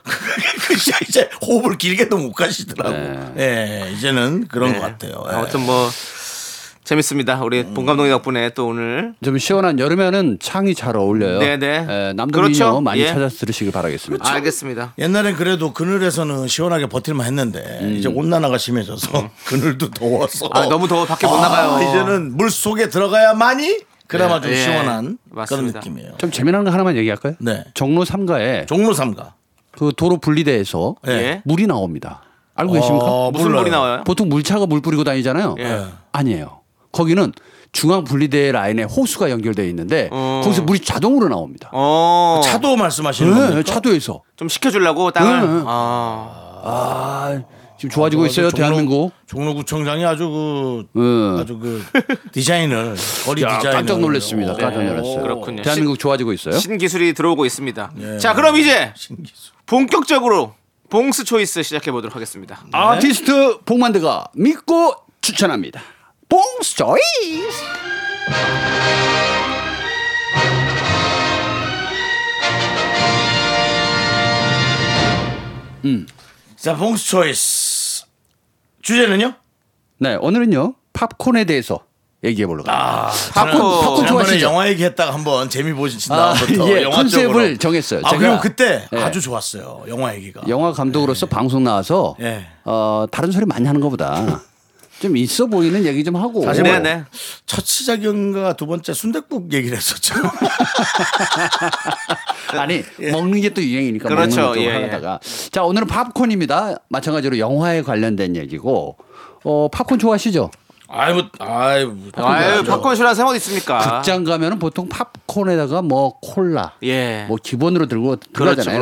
그게 이제 호흡을 길게도 못 가시더라고 예 이제는 그런 것 같아요 예.
네. 아무튼 뭐 재밌습니다. 우리 본 감독님 덕분에 또 오늘
좀 시원한 여름에는 창이 잘 어울려요.
네네.
예, 남동민요
그렇죠.
많이
예.
찾아 들으시길 바라겠습니다.
알겠습니다.
예. 옛날엔 그래도 그늘에서는 시원하게 버틸만 했는데 이제 온난화가 심해져서 *laughs* 그늘도 더워서
음. 아, 너무 더워. 밖에 못 나가요.
이제는 물 속에 들어가야만이 그나마
네,
좀
예.
시원한
맞습니다.
그런 느낌이에요.
좀 재미난 거 하나만 얘기할까요?
네.
종로 3가에
종로 삼가.
그 도로 분리대에서
예.
예.
물이 나옵니다. 알고 계십니까?
어,
무슨
몰라요.
물이 나와요?
보통 물차가 물 뿌리고 다니잖아요.
예.
아니에요. 거기는 중앙 분리대 라인에 호수가 연결되어 있는데
어.
거기서 물이 자동으로 나옵니다.
어.
뭐 차도 말씀하시는
네,
겁니까?
차도에서.
좀 시켜 주려고 땅을.
네, 네.
아.
아, 지금 좋아지고 있어요,
종로-
대한민국.
종로구청장이 아주 그
음.
아주 그 디자인을 거리
야,
디자인
깜짝 놀랐습니다. 깜짝
오,
놀랐어요.
그렇군요.
대한민국 좋아지고 있어요.
신기술이 들어오고 있습니다. 자, 그럼 이제 본격적으로 봉스 초이스 시작해 보도록 하겠습니다.
네.
네.
아티스트 복만드가 믿고 추천합니다. 봉스 조이스.
자, 봉스 초이스. 주제는요?
네, 오늘은요. 팝콘에 대해서 얘기해 보려고 합니다. 팝콘,
팝콘.
팝콘
지난번에
좋아하시죠?
영화 얘기했다가 한번 재미 보신
어, 아,
다음부터
예,
영화
컨셉을
쪽으로.
정했어요.
아,
제가-
그리고 그때
예.
아주 좋았어요.
아,
영화 얘기가.
네.
영화 감독으로서 방송 나와서
예.
*laughs*
어, 다른 소리 많이 하는 것보다 좀 있어 보이는 얘기 좀 하고.
사실 뭐-
네네.
첫 시작인가 두 번째 순댓국 얘기를 했었죠.
아니 먹는 게 또 유행이니까
예. 그렇죠.
먹는
예,
거
예.
하다가 자 오늘은 팝콘입니다. 마찬가지로 영화에 관련된 얘기고 어 팝콘 *laughs* 좋아하시죠?
아이 뭐 아이 뭐,
아유, 팝콘 싫어하는 사람 어디 있습니까?
극장 가면은 보통 팝콘에다가 뭐 콜라
예.
뭐 기본으로 들고 들어가잖아요.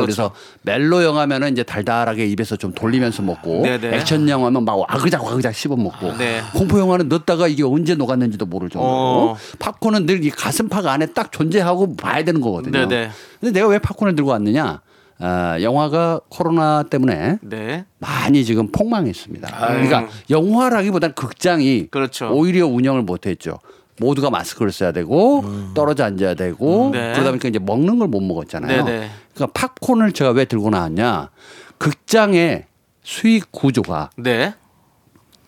그렇죠.
그래서 멜로 영화면은 이제 달달하게 입에서 좀 돌리면서 먹고
네네.
액션 영화면 막 와그작 와그작 씹어 먹고
네.
공포 영화는 넣었다가 이게 언제 녹았는지도 모를 정도로
어.
팝콘은 늘 이 가슴팍 안에 딱 존재하고 봐야 되는 거거든요.
네네.
근데 내가 왜 팝콘을 들고 왔느냐? 아, 영화가 코로나 때문에
네.
많이 지금 폭망했습니다. 그러니까 영화라기보다는 극장이
아. 그렇죠.
오히려 운영을 못했죠. 모두가 마스크를 써야 되고 떨어져 앉아야 되고
음. 네.
그러다 보니까 이제 먹는 걸 못 먹었잖아요.
네네.
그러니까 팝콘을 제가 왜 들고 나왔냐? 극장의 수익 구조가
네.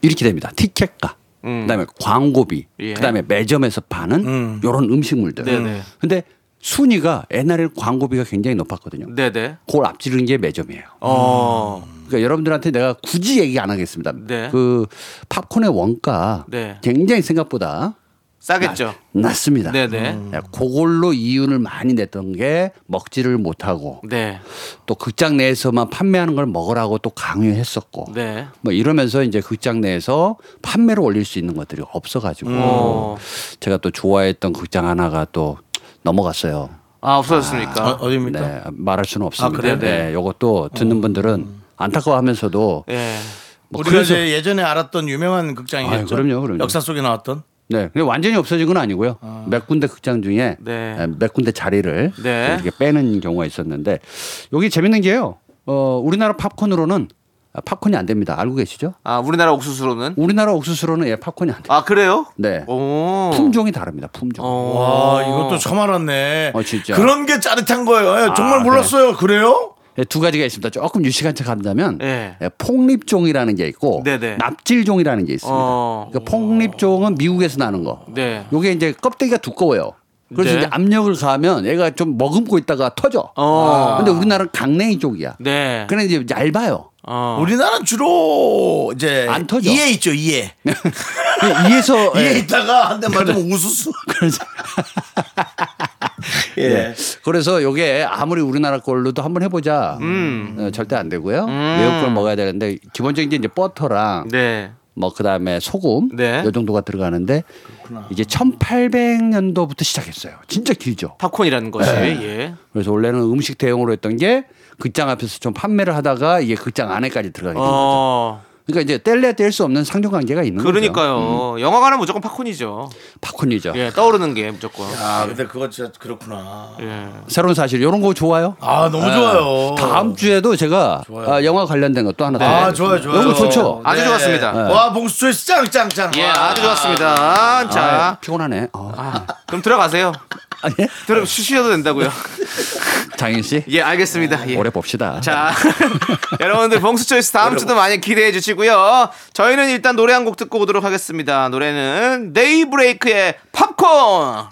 이렇게 됩니다. 티켓가,
음.
그다음에 광고비,
예. 음.
그다음에 매점에서 파는 이런 음식물들.
네네.
근데 순위가 옛날에 광고비가 굉장히 높았거든요.
네네.
그걸 앞지르는 게 매점이에요.
어.
그러니까 여러분들한테 내가 굳이 얘기 안 하겠습니다.
네.
그 팝콘의 원가
네.
굉장히 생각보다
싸겠죠.
아, 낮습니다.
네네.
네, 그걸로 이윤을 많이 냈던 게 먹지를 못하고
네.
또 극장 내에서만 판매하는 걸 먹으라고 또 강요했었고
네.
뭐 이러면서 이제 극장 내에서 판매를 올릴 수 있는 것들이 없어가지고
어.
제가 또 좋아했던 극장 하나가 또 넘어갔어요.
아, 없어졌습니까?
어, 디입니까
네, 말할 수는 없습니다.
그래요? 네.
네, 요것도 듣는 분들은 안타까워하면서도
예.
뭐
우리가
그래서-
이제 예전에 알았던 유명한 극장이겠죠.
아유, 그럼요, 그럼요.
역사 속에 나왔던.
네, 근데 완전히 없어진 건 아니고요. 몇 군데 극장 중에
네.
에, 몇 군데 자리를
네.
이렇게 빼는 경우가 있었는데 여기 재밌는 게요. 어, 우리나라 팝콘으로는 아, 팝콘이 안 됩니다. 알고 계시죠?
아, 우리나라 옥수수로는?
우리나라 옥수수로는 예, 팝콘이 안 돼요.
아, 그래요?
네.
오.
품종이 다릅니다. 품종.
어.
와 이것도 처음 알았네.
어, 진짜.
그런 게 짜릿한 거예요. 예, 정말
아,
몰랐어요. 그래요?
예, 두 가지가 있습니다. 조금 유식한 척 한다면
예.
예, 폭립종이라는 게 있고
네네.
납질종이라는 게 있습니다.
어.
그러니까 폭립종은 미국에서 나는 거.
네.
요게 이제 껍데기가 두꺼워요. 그래서
네.
이제 압력을 가하면 얘가 좀 머금고 있다가 터져. 아.
어.
근데 우리나라는 강냉이 쪽이야.
네.
그런데 이제 얇아요.
어.
우리나라는 주로 이제
안 터져. 네.
이에 있죠. 이에.
네,
*laughs* 이에서
이에
예.
있다가 한 대 맞으면 우수수.
*laughs*
*laughs* 예.
네. 그래서 요게 아무리 우리나라 걸로도 한번 해보자.
음.
어, 절대 안 되고요. 외국 걸 먹어야 되는데 기본적인 게 이제 버터랑
네.
뭐 그다음에 소금
네.
요 정도가 들어가는데 이제 1800년도부터 시작했어요. 진짜 길죠.
팝콘이라는 것이. 예.
그래서 원래는 음식 대용으로 했던 게 극장 앞에서 좀 판매를 하다가 이게 극장 안에까지 들어가게 됩니다.
어.
그러니까 이제 뗄래야 뗄 수 없는 상종 관계가 있는 거죠.
그러니까요. 영화관은 무조건 팝콘이죠.
팝콘이죠.
예, 떠오르는 게 무조건.
아 근데 그거 진짜 그렇구나.
예.
새로운 사실 이런 거 좋아요?
아 너무 좋아요.
다음 주에도 제가 아, 영화 관련된 것도 하나
아
더
좋아요 좋아요.
네. 너무 좋죠? 네.
아주 좋았습니다.
와 봉수철 짱짱짱.
예, 아주 좋았습니다.
아,
자,
피곤하네. 어.
아, 그럼 들어가세요.
아, 예?
들어 쉬셔도 된다고요.
장인 씨
예, 알겠습니다. 예.
오래 봅시다.
자, *laughs* 여러분들 봉수 초이스 다음 주도 많이 기대해 주시고요. 저희는 일단 노래 한 곡 듣고 오도록 하겠습니다. 노래는 데이브레이크의 팝콘.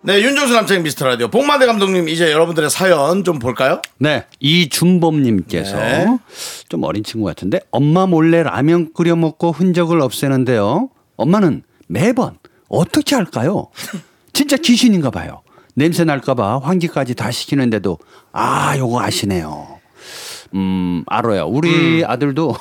네 윤정수 남창 미스터 라디오 복만대 감독님 이제 여러분들의 사연 좀 볼까요?
네 이준범님께서
네.
좀 어린 친구 같은데 엄마 몰래 라면 끓여 먹고 흔적을 없애는데요. 엄마는 매번 어떻게 할까요? 진짜 귀신인가 봐요. 냄새 날까봐 환기까지 다 시키는데도 아 요거 아시네요. 음 알아요. 우리 아들도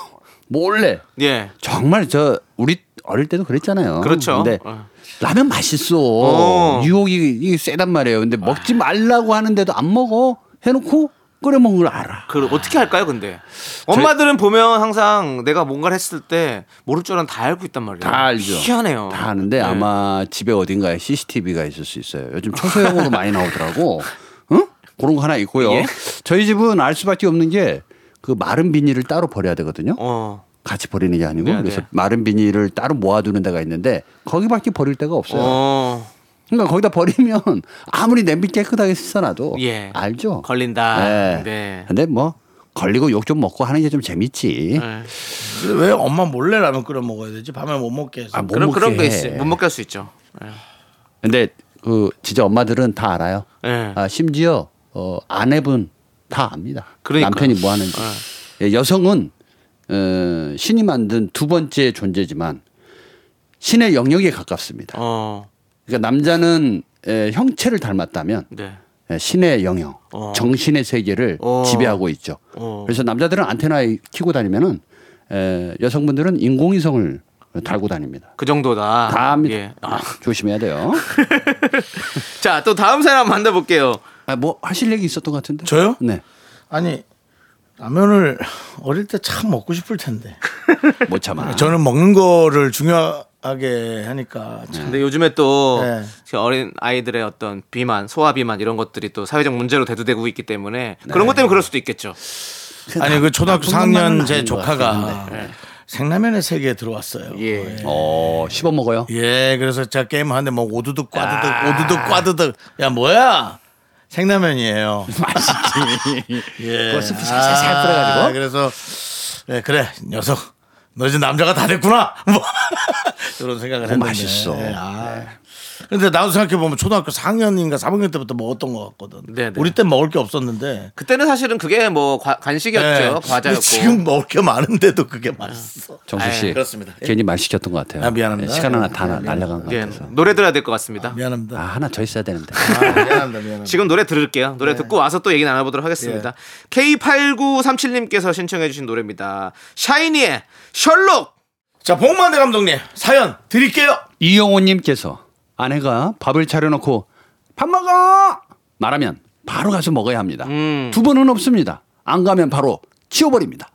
몰래
예.
정말 저 우리 어릴 때도 그랬잖아요.
그렇죠.
근데
어.
라면 맛있어.
어.
유혹이 이게 세단 말이에요. 근데 먹지 말라고 하는데도 안 먹어 해놓고 끓여 먹는 걸 알아.
그 어떻게 할까요, 근데? 엄마들은 보면 항상 내가 뭔가를 했을 때 모를 줄 알았는데 다 알고 있단 말이에요.
다 알죠.
아, 희한해요.
다 아는데
네.
아마 집에 어딘가에 CCTV가 있을 수 있어요. 요즘
*laughs*
초소형으로 많이 나오더라고. 응? 그런 거 하나 있고요.
예?
저희 집은 알 수밖에 없는 게 그 마른 비닐을 따로 버려야 되거든요.
어.
같이 버리는 게 아니고
네, 네.
그래서 마른 비닐을 따로 모아두는 데가 있는데 거기밖에 버릴 데가 없어요.
어.
그러니까 거기다 버리면 *laughs* 아무리 냄비 깨끗하게 씻어놔도
예.
알죠.
걸린다.
네.
네.
근데 뭐 걸리고 욕 좀 먹고 하는 게 좀 재밌지.
네.
근데 왜 엄마 몰래 라면 끓여 먹어야 되지? 밤에 못 먹게 해서.
아, 못
그럼
먹게
그런 거
해.
있어요. 뭐. 못 먹게 할 수 있죠. 예.
근데 그 진짜 엄마들은 다 알아요.
예.
아, 심지어 어, 아내분 다 압니다.
그러니까요. 네.
남편이 뭐 하는지. 예, 여성은 어, 신이 만든 두 번째 존재지만 신의 영역에 가깝습니다.
어,
그러니까 남자는 에, 형체를 닮았다면
네.
예, 신의 영역,
어.
정신의 세계를
어.
지배하고 있죠.
어.
그래서 남자들은 안테나 키고 다니면은 에, 여성분들은 인공위성을 달고 다닙니다.
그 정도다.
다 합니다.
예.
아, 조심해야 돼요.
자, 또 다음 사람 만나볼게요.
아, 뭐 하실 얘기 있었던 것 같은데?
저요?
네.
아니 라면을 어릴 때 참 먹고 싶을 텐데
못 참아.
저는 먹는 거를 중요하게 하니까 참
근데 요즘에 또
네.
그 어린 아이들의 어떤 비만, 소아 비만 이런 것들이 또 사회적 문제로 대두되고 있기 때문에 그런 것
네.
때문에 그럴 수도 있겠죠.
아니 그 초등학교
네. 나쁜 것만은
4학년 제
아닌 것 네.
조카가
같은데.
생라면의 세계에 들어왔어요.
예.
어, 씹어 먹어요.
예, 그래서 제가 게임 하는데 뭐 오두둑 꽈두둑
아.
오두둑 꽈두둑 야 뭐야 생라면이에요.
*laughs* *laughs* 맛있지.
예.
그거 스프 살살살
아,
뿌려가지고.
그래서 예, 그래 녀석 너 이제 남자가 다 됐구나 *laughs* 뭐 이런 생각을 했는데
맛있어. 네.
예, 아. 근데 나도 생각해 보면 초등학교 4학년인가 3학년 때부터 먹었던 것 같거든.
네네.
우리 때 먹을 게 없었는데.
그때는 사실은 그게 뭐 과-
예.
간식이었죠.
근데
과자였고.
지금 먹을 게 많은데도 그게 맛있어.
정수 씨.
아이,
그렇습니다.
괜히 말 시켰던 것 같아요.
아, 미안합니다.
예, 시간 하나
예,
다 나- 날라간 것
예.
같아서.
노래 들어야 될 것 같습니다.
아,
미안합니다.
하나 더 있어야 되는데.
아, 미안합니다. 미안합니다.
지금 노래 들을게요.
네.
노래 듣고 와서 또 얘기 나눠보도록 하겠습니다.
예.
K8937님께서 신청해주신 노래입니다. 샤이니의 셜록!
자, 복만대 감독님 사연 드릴게요.
이영호님께서 아내가 밥을 차려놓고 밥 먹어 말하면 바로 가서 먹어야 합니다.
음.
두 번은 없습니다. 안 가면 바로 치워버립니다.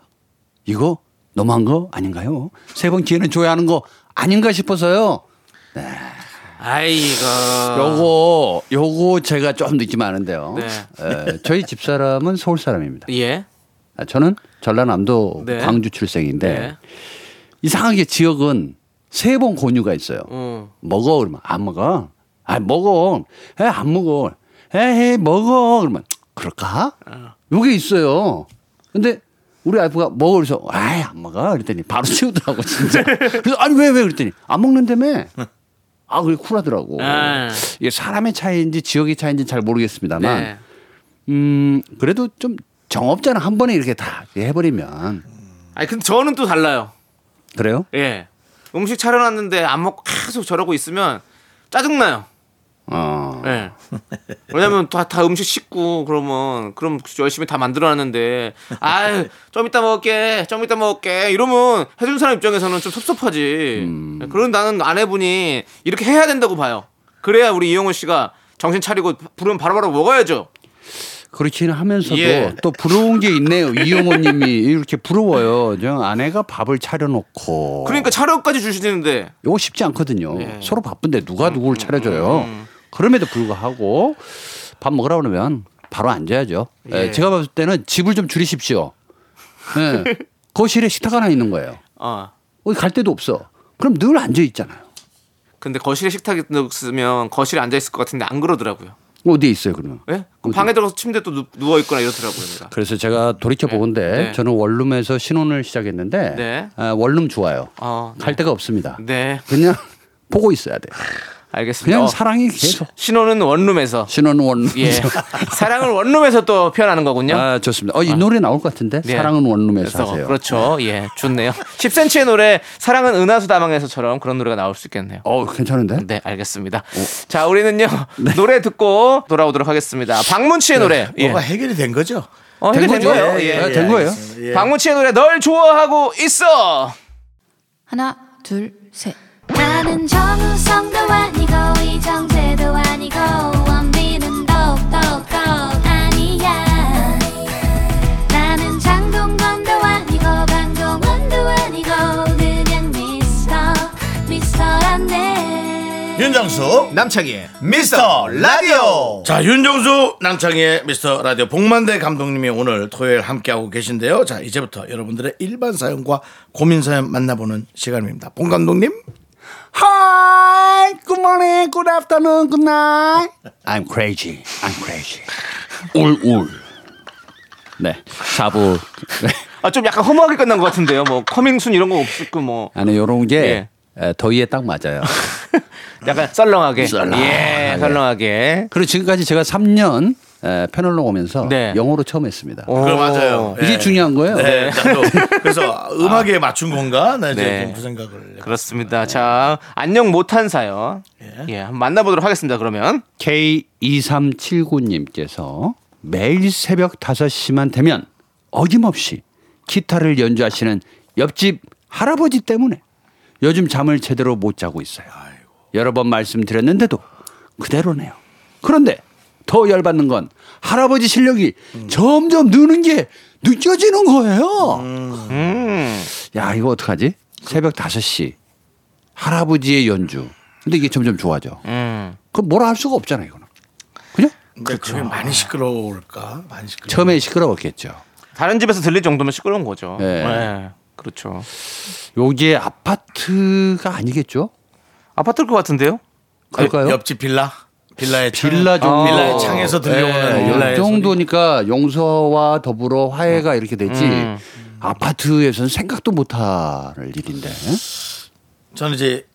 이거 너무한 거 아닌가요? 세 번 기회는 줘야 하는 거 아닌가 싶어서요.
아이고.
요거 요거 제가 좀 느낌 아는데요.
네.
에, 저희 집 사람은 서울 사람입니다.
예.
아, 저는 전라남도
네. 네.
광주 출생인데 이상하게 지역은 세 번 권유가 있어요.
어.
먹어 그러면 안 먹어. 아 먹어. 에 안 먹어. 에헤 먹어 그러면 그럴까?
어.
요게 있어요. 근데 우리 와이프가 먹어 그래서 아이 안 먹어 그랬더니 바로
*laughs*
치우더라고 진짜. 그래서 아니 왜 왜 그랬더니 안 먹는다며. 아 그게 쿨하더라고.
아.
이게 사람의 차이인지 지역의 차이인지 잘 모르겠습니다만
네.
음 그래도 좀 정없잖아 한 번에 이렇게 다 해버리면
아니, 근데 저는 또 달라요.
그래요?
예. 음식 차려놨는데 안 먹고 계속 저러고 있으면 짜증나요.
어.
예. 왜냐면 다, 다 음식 씻고 그러면 그럼 열심히 다 만들어놨는데 아유 좀 이따 먹을게 좀 이따 먹을게 이러면 해준 사람 입장에서는 좀 섭섭하지.
음.
그런 나는 아내분이 이렇게 해야 된다고 봐요. 그래야 우리 이영호 씨가 정신 차리고 부르면 바로바로 먹어야죠.
그렇기는 하면서도
예.
또 부러운 게 있네요. 이용호님이 이렇게 부러워요. 저 아내가 밥을 차려놓고
그러니까 차려까지 주시는데
요거 쉽지 않거든요.
예. 음,
서로 바쁜데 누가 누구를 차려줘요. 그럼에도 불구하고 밥 먹으라 그러면 바로 앉아야죠. 예,
예.
제가 봤을 때는 집을 좀 줄이십시오. 예. 거실에 식탁 하나 있는 거예요.
어.
어디 갈 데도 없어. 그럼 늘 앉아 있잖아요.
근데 거실에 식탁이 있으면 거실에 앉아 있을 것 같은데 안 그러더라고요.
어디에 있어요 그러면?
예? 그럼 방에 들어가서 침대 또 누워 있거나 이러더라고요. 내가.
그래서 제가 돌이켜 보건데
네.
저는 원룸에서 신혼을 시작했는데
네.
아, 원룸 좋아요.
어,
갈 데가 없습니다.
네,
그냥 *laughs* 보고 있어야 돼.
알겠습니다.
그냥
어.
사랑이 계속.
신호는 원룸에서.
신혼 원.
예.
*laughs*
*laughs* 사랑을 원룸에서 또 표현하는 거군요.
아 좋습니다. 어 이 노래 나올 것 같은데
네.
사랑은 원룸에서
그래서
하세요.
그렇죠. 예. 좋네요. *laughs* 10cm의 노래 사랑은 은하수 다방에서처럼 그런 노래가 나올 수 있겠네요.
어 괜찮은데?
네, 알겠습니다. 자,
*laughs*
우리는요.
네.
노래 듣고 돌아오도록 하겠습니다. 박문치의 노래. 예.
뭐가 해결이 된 거죠?
어, 해결 된
거죠?
거예요.
아,
예.
된 거예요?
예.
박문치의 노래 널 좋아하고 있어.
하나, 둘, 셋.
나는 정우성도 아니고 이정재도 아니고 원빈은 더욱더 아니야 나는 장동건도 아니고 강동원도 아니고 그냥 미스터 미스터란데
윤정수
남창희.
어? 미스터 라디오 자 윤정수 남창희의 미스터 라디오 복만대 감독님이 오늘 토요일 함께하고 계신데요 자 이제부터 여러분들의 일반 사연과 고민 사연 만나보는 시간입니다 본 감독님
Hi, good morning, good afternoon, good night. I'm crazy, I'm crazy. 울울. 네,
*laughs*
사부. 네.
아, 좀 약간 허무하게 끝난 것 같은데요. 뭐 커밍순 이런 거 없었고 뭐 *laughs*
아니 요런 게
예.
에, 더위에 딱 맞아요.
약간 썰렁하게.
썰렁하게.
예. 썰렁하게.
그리고 지금까지 제가 3년 에, 패널로 오면서
네.
영어로 처음 했습니다.
어.
그거 맞아요.
이게
예.
중요한 거예요.
네, 아. 나도 그래서 음악에 맞춘 건가? 나 이제
네.
좀그 생각을.
그렇습니다. 자, 안녕 못한 사연. 예. 한번 만나보도록 하겠습니다. 그러면.
K2379님께서 매일 새벽 5시만 되면 어김없이 기타를 연주하시는 옆집 할아버지 때문에 요즘 잠을 제대로 못 자고 있어요. 여러 번 말씀드렸는데도 그대로네요. 그런데 더 열받는 건 할아버지 실력이 점점 느는 게 느껴지는 거예요.
음.
야, 이거 어떡하지? 새벽 5시 할아버지의 연주. 근데 이게 점점 좋아져.
음.
그럼 뭐라 할 수가 없잖아요, 이거는. 그죠?
근데 그게 많이 시끄러울까? 많이 시끄러.
처음에 시끄러웠겠죠.
다른 집에서 들릴 정도면 시끄러운 거죠.
네.
예. 그렇죠.
요게 아파트가 아니겠죠?
아파트일 것 같은데요?
그럴까요?
아, 옆집 빌라? 빌라의 어. 창.
빌라 정도.
빌라의 창에서 들려오는
네,
빌라의
요 정도니까 용서와 더불어 화해가 이렇게 되지.
음.
아파트에서는 생각도 못할 일인데.
소리. 저는 이제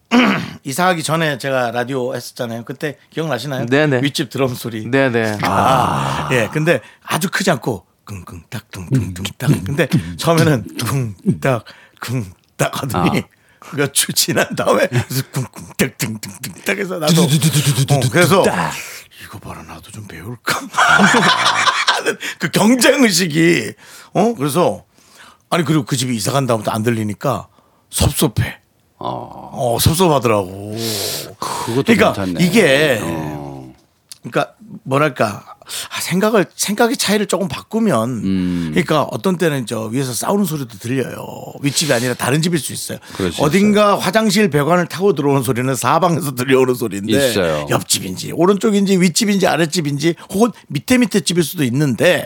이사하기 전에 제가 라디오 했었잖아요. 그때 기억나시나요?
네네.
윗집 드럼 소리.
네, 네.
아, 예. 근데 아주 크지 않고 끙끙 딱 둥둥둥 딱. 근데 처음에는 쿵딱 쿵딱 하더니 몇 주 지난 다음에 그래서 쿵쿵 딱 둥둥둥 딱 해서 나도 어, 그래서 이거 봐라 나도 좀 배울까 하는 그 경쟁 의식이 어 그래서 아니 그리고 그 집이 이사 간 다음부터 안 들리니까 섭섭해 어 섭섭하더라고
그것도
그러니까
괜찮네.
이게
어.
그러니까 뭐랄까 아, 생각을 생각의 차이를 조금 바꾸면
음.
그러니까 어떤 때는 저 위에서 싸우는 소리도 들려요 윗집이 아니라 다른 집일 수 있어요
그럴 수
어딘가 화장실 배관을 타고 들어오는 소리는 사방에서 들려오는 소리인데
있어요.
옆집인지 오른쪽인지 윗집인지 아랫집인지 혹은 밑에 밑에 집일 수도 있는데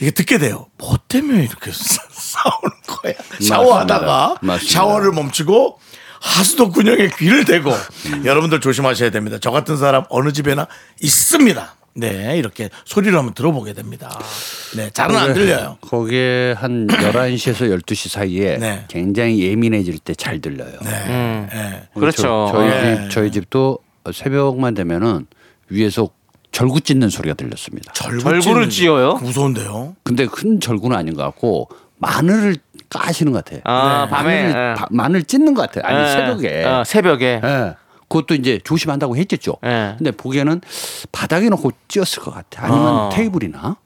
이게 듣게 돼요 뭐 때문에 이렇게 *laughs* 싸- 싸우는 거야 샤워하다가
맞습니다.
샤워를 멈추고 하수도 군형에 귀를 대고
음.
여러분들 조심하셔야 됩니다. 저 같은 사람 어느 집에나 있습니다. 네, 이렇게 소리를 한번 들어보게 됩니다. 네, 잘은 안 들려요.
거기에 한 11시에서 12시 사이에
네.
굉장히 예민해질 때 잘 들려요.
네, 네.
음, 그렇죠.
뭐 저, 희
네.
집, 저희 집도 새벽만 되면은 위에서 절구 찢는 소리가 들렸습니다.
절구를 찧어요?
무서운데요.
근데 큰 절구는 아닌 것 같고 마늘을 까시는 것 같아요.
아, 밤에.
마늘,
예.
바- 마늘 찢는 것 같아요. 아니
예.
새벽에.
어, 새벽에.
예. 그것도 이제 조심한다고 했겠죠.
예.
근데 보기에는 바닥에 놓고 찧었을 것 같아. 아니면
어.
테이블이나.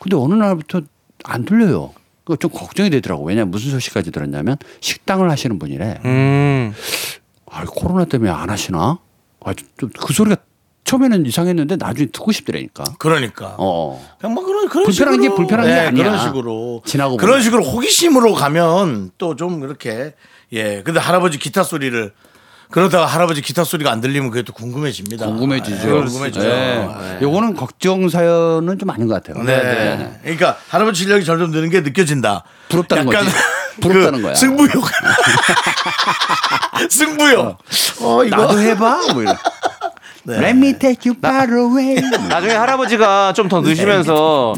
근데 어느 날부터 안 들려요. 그거 좀 걱정이 되더라고. 왜냐 무슨 소식까지 들었냐면 식당을 하시는 분이래.
음.
아 코로나 때문에 안 하시나? 아좀그 소리가 처음에는 이상했는데 나중에 듣고 싶더라니까.
그러니까.
어.
그냥 뭐 그런 그런
불편한
식으로. 네,
게 불편한 게 아니야.
그런 식으로
지나고
그런
보면.
식으로 호기심으로 가면 또 좀 이렇게 예. 근데 할아버지 기타 소리를 그러다가 할아버지 기타 소리가 안 들리면 그게 또 궁금해집니다.
궁금해지죠.
예, 궁금해지죠. 예.
네. 요거는 걱정 사연은 좀 아닌 것 같아요.
네.
네, 네.
그러니까 할아버지 실력이 점점 느는 게 느껴진다.
부럽다는
약간 *laughs*
거지. 부럽다는
그
거야.
승부욕. *laughs* 승부욕. 어, 이거.
나도 해봐. 뭐 *laughs* 네. 이런. Let me take you far away.
나중에 할아버지가 좀 더 늦으면서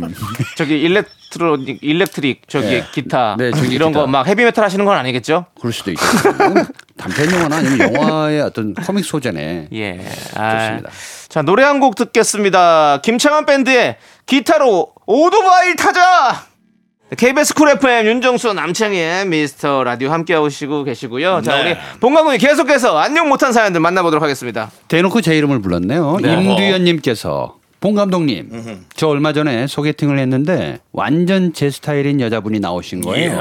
저기 일렉트로닉 일렉트릭 저기
네.
기타
네, 저기
이런
기타.
거 막 헤비메탈 하시는 건 아니겠죠?
그럴 수도 있고 단편 영화나 아니면 영화의 어떤 코믹 소재네.
예. 아.
좋습니다.
자, 노래 한 곡 듣겠습니다. 김창완 밴드의 기타로 오토바이 타자! KBS 쿨 FM 윤정수 남창희의 미스터 라디오 함께 하시고 계시고요. 자,
네.
우리 본가군이 계속해서 안녕 못한 사연들 만나보도록 하겠습니다.
대놓고 제 이름을 불렀네요. 임두현님께서 봉 감독님, 저 얼마 전에 소개팅을 했는데 완전 제 스타일인 여자분이 나오신 거예요.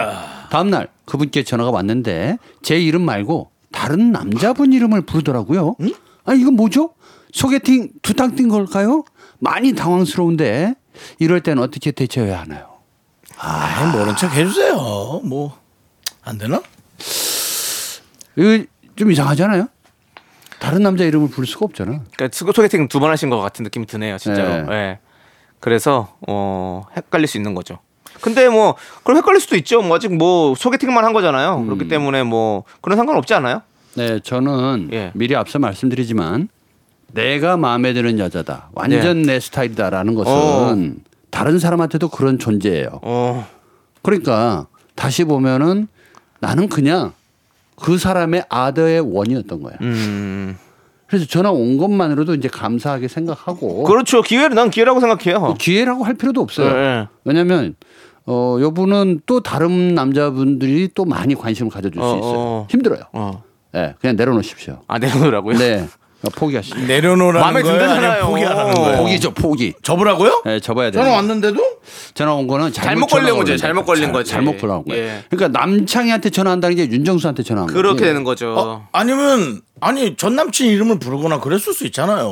다음 날 그분께 전화가 왔는데 제 이름 말고 다른 남자분 이름을 부르더라고요. 아 이건 뭐죠? 소개팅 두탕 뛴 걸까요? 많이 당황스러운데 이럴 땐 어떻게 대처해야 하나요?
아, 모른 척 해주세요. 뭐, 안 되나?
이거 그 좀 이상하잖아요. 다른 남자 이름을 부를 수가 없잖아.
그러니까 소- 소개팅 두 번 하신 것 같은 느낌이 드네요, 진짜로.
네.
예. 그래서, 어, 헷갈릴 수 있는 거죠. 근데 뭐, 그럼 헷갈릴 수도 있죠. 뭐, 아직 뭐, 소개팅만 한 거잖아요. 그렇기 때문에 뭐, 그런 상관 없지 않아요?
네, 저는
예.
미리 앞서 말씀드리지만 내가 마음에 드는 여자다. 완전 내 스타일이다라는 것은
네. 어.
다른 사람한테도 그런 존재예요.
어,
그러니까 다시 보면은 나는 그냥 그 사람의 아더의 원이었던 거야.
음,
그래서 전화 온 것만으로도 이제 감사하게 생각하고
그렇죠. 기회를 난 기회라고 생각해요.
어? 그 기회라고 할 필요도 없어요.
네.
왜냐하면 어 여분은 또 다른 남자분들이 또 많이 관심을 가져줄
어,
수 있어요.
어.
힘들어요.
어.
예, 그냥 내려놓으십시오.
아 내려놓으라고요?
네, 어, 포기하시죠.
내려놓으라는
마음에
거예요? 아니면
든다잖아요.
포기하라는 거예요?
포기죠, 포기.
접으라고요?
예, 접어야 돼요.
전화 왔는데도?
전화 온 거는
잘못
잘못,
걸린
전화가
거죠.
걸린
잘못
거예요.
걸린
잘-
거지.
잘못 걸린 거예요.
예.
그러니까 남창희한테 전화한다는 게 윤정수한테 전화한 거예요.
그렇게 되는 거죠.
어, 아니면 아니 전 남친 이름을 부르거나 그랬을 수 있잖아요.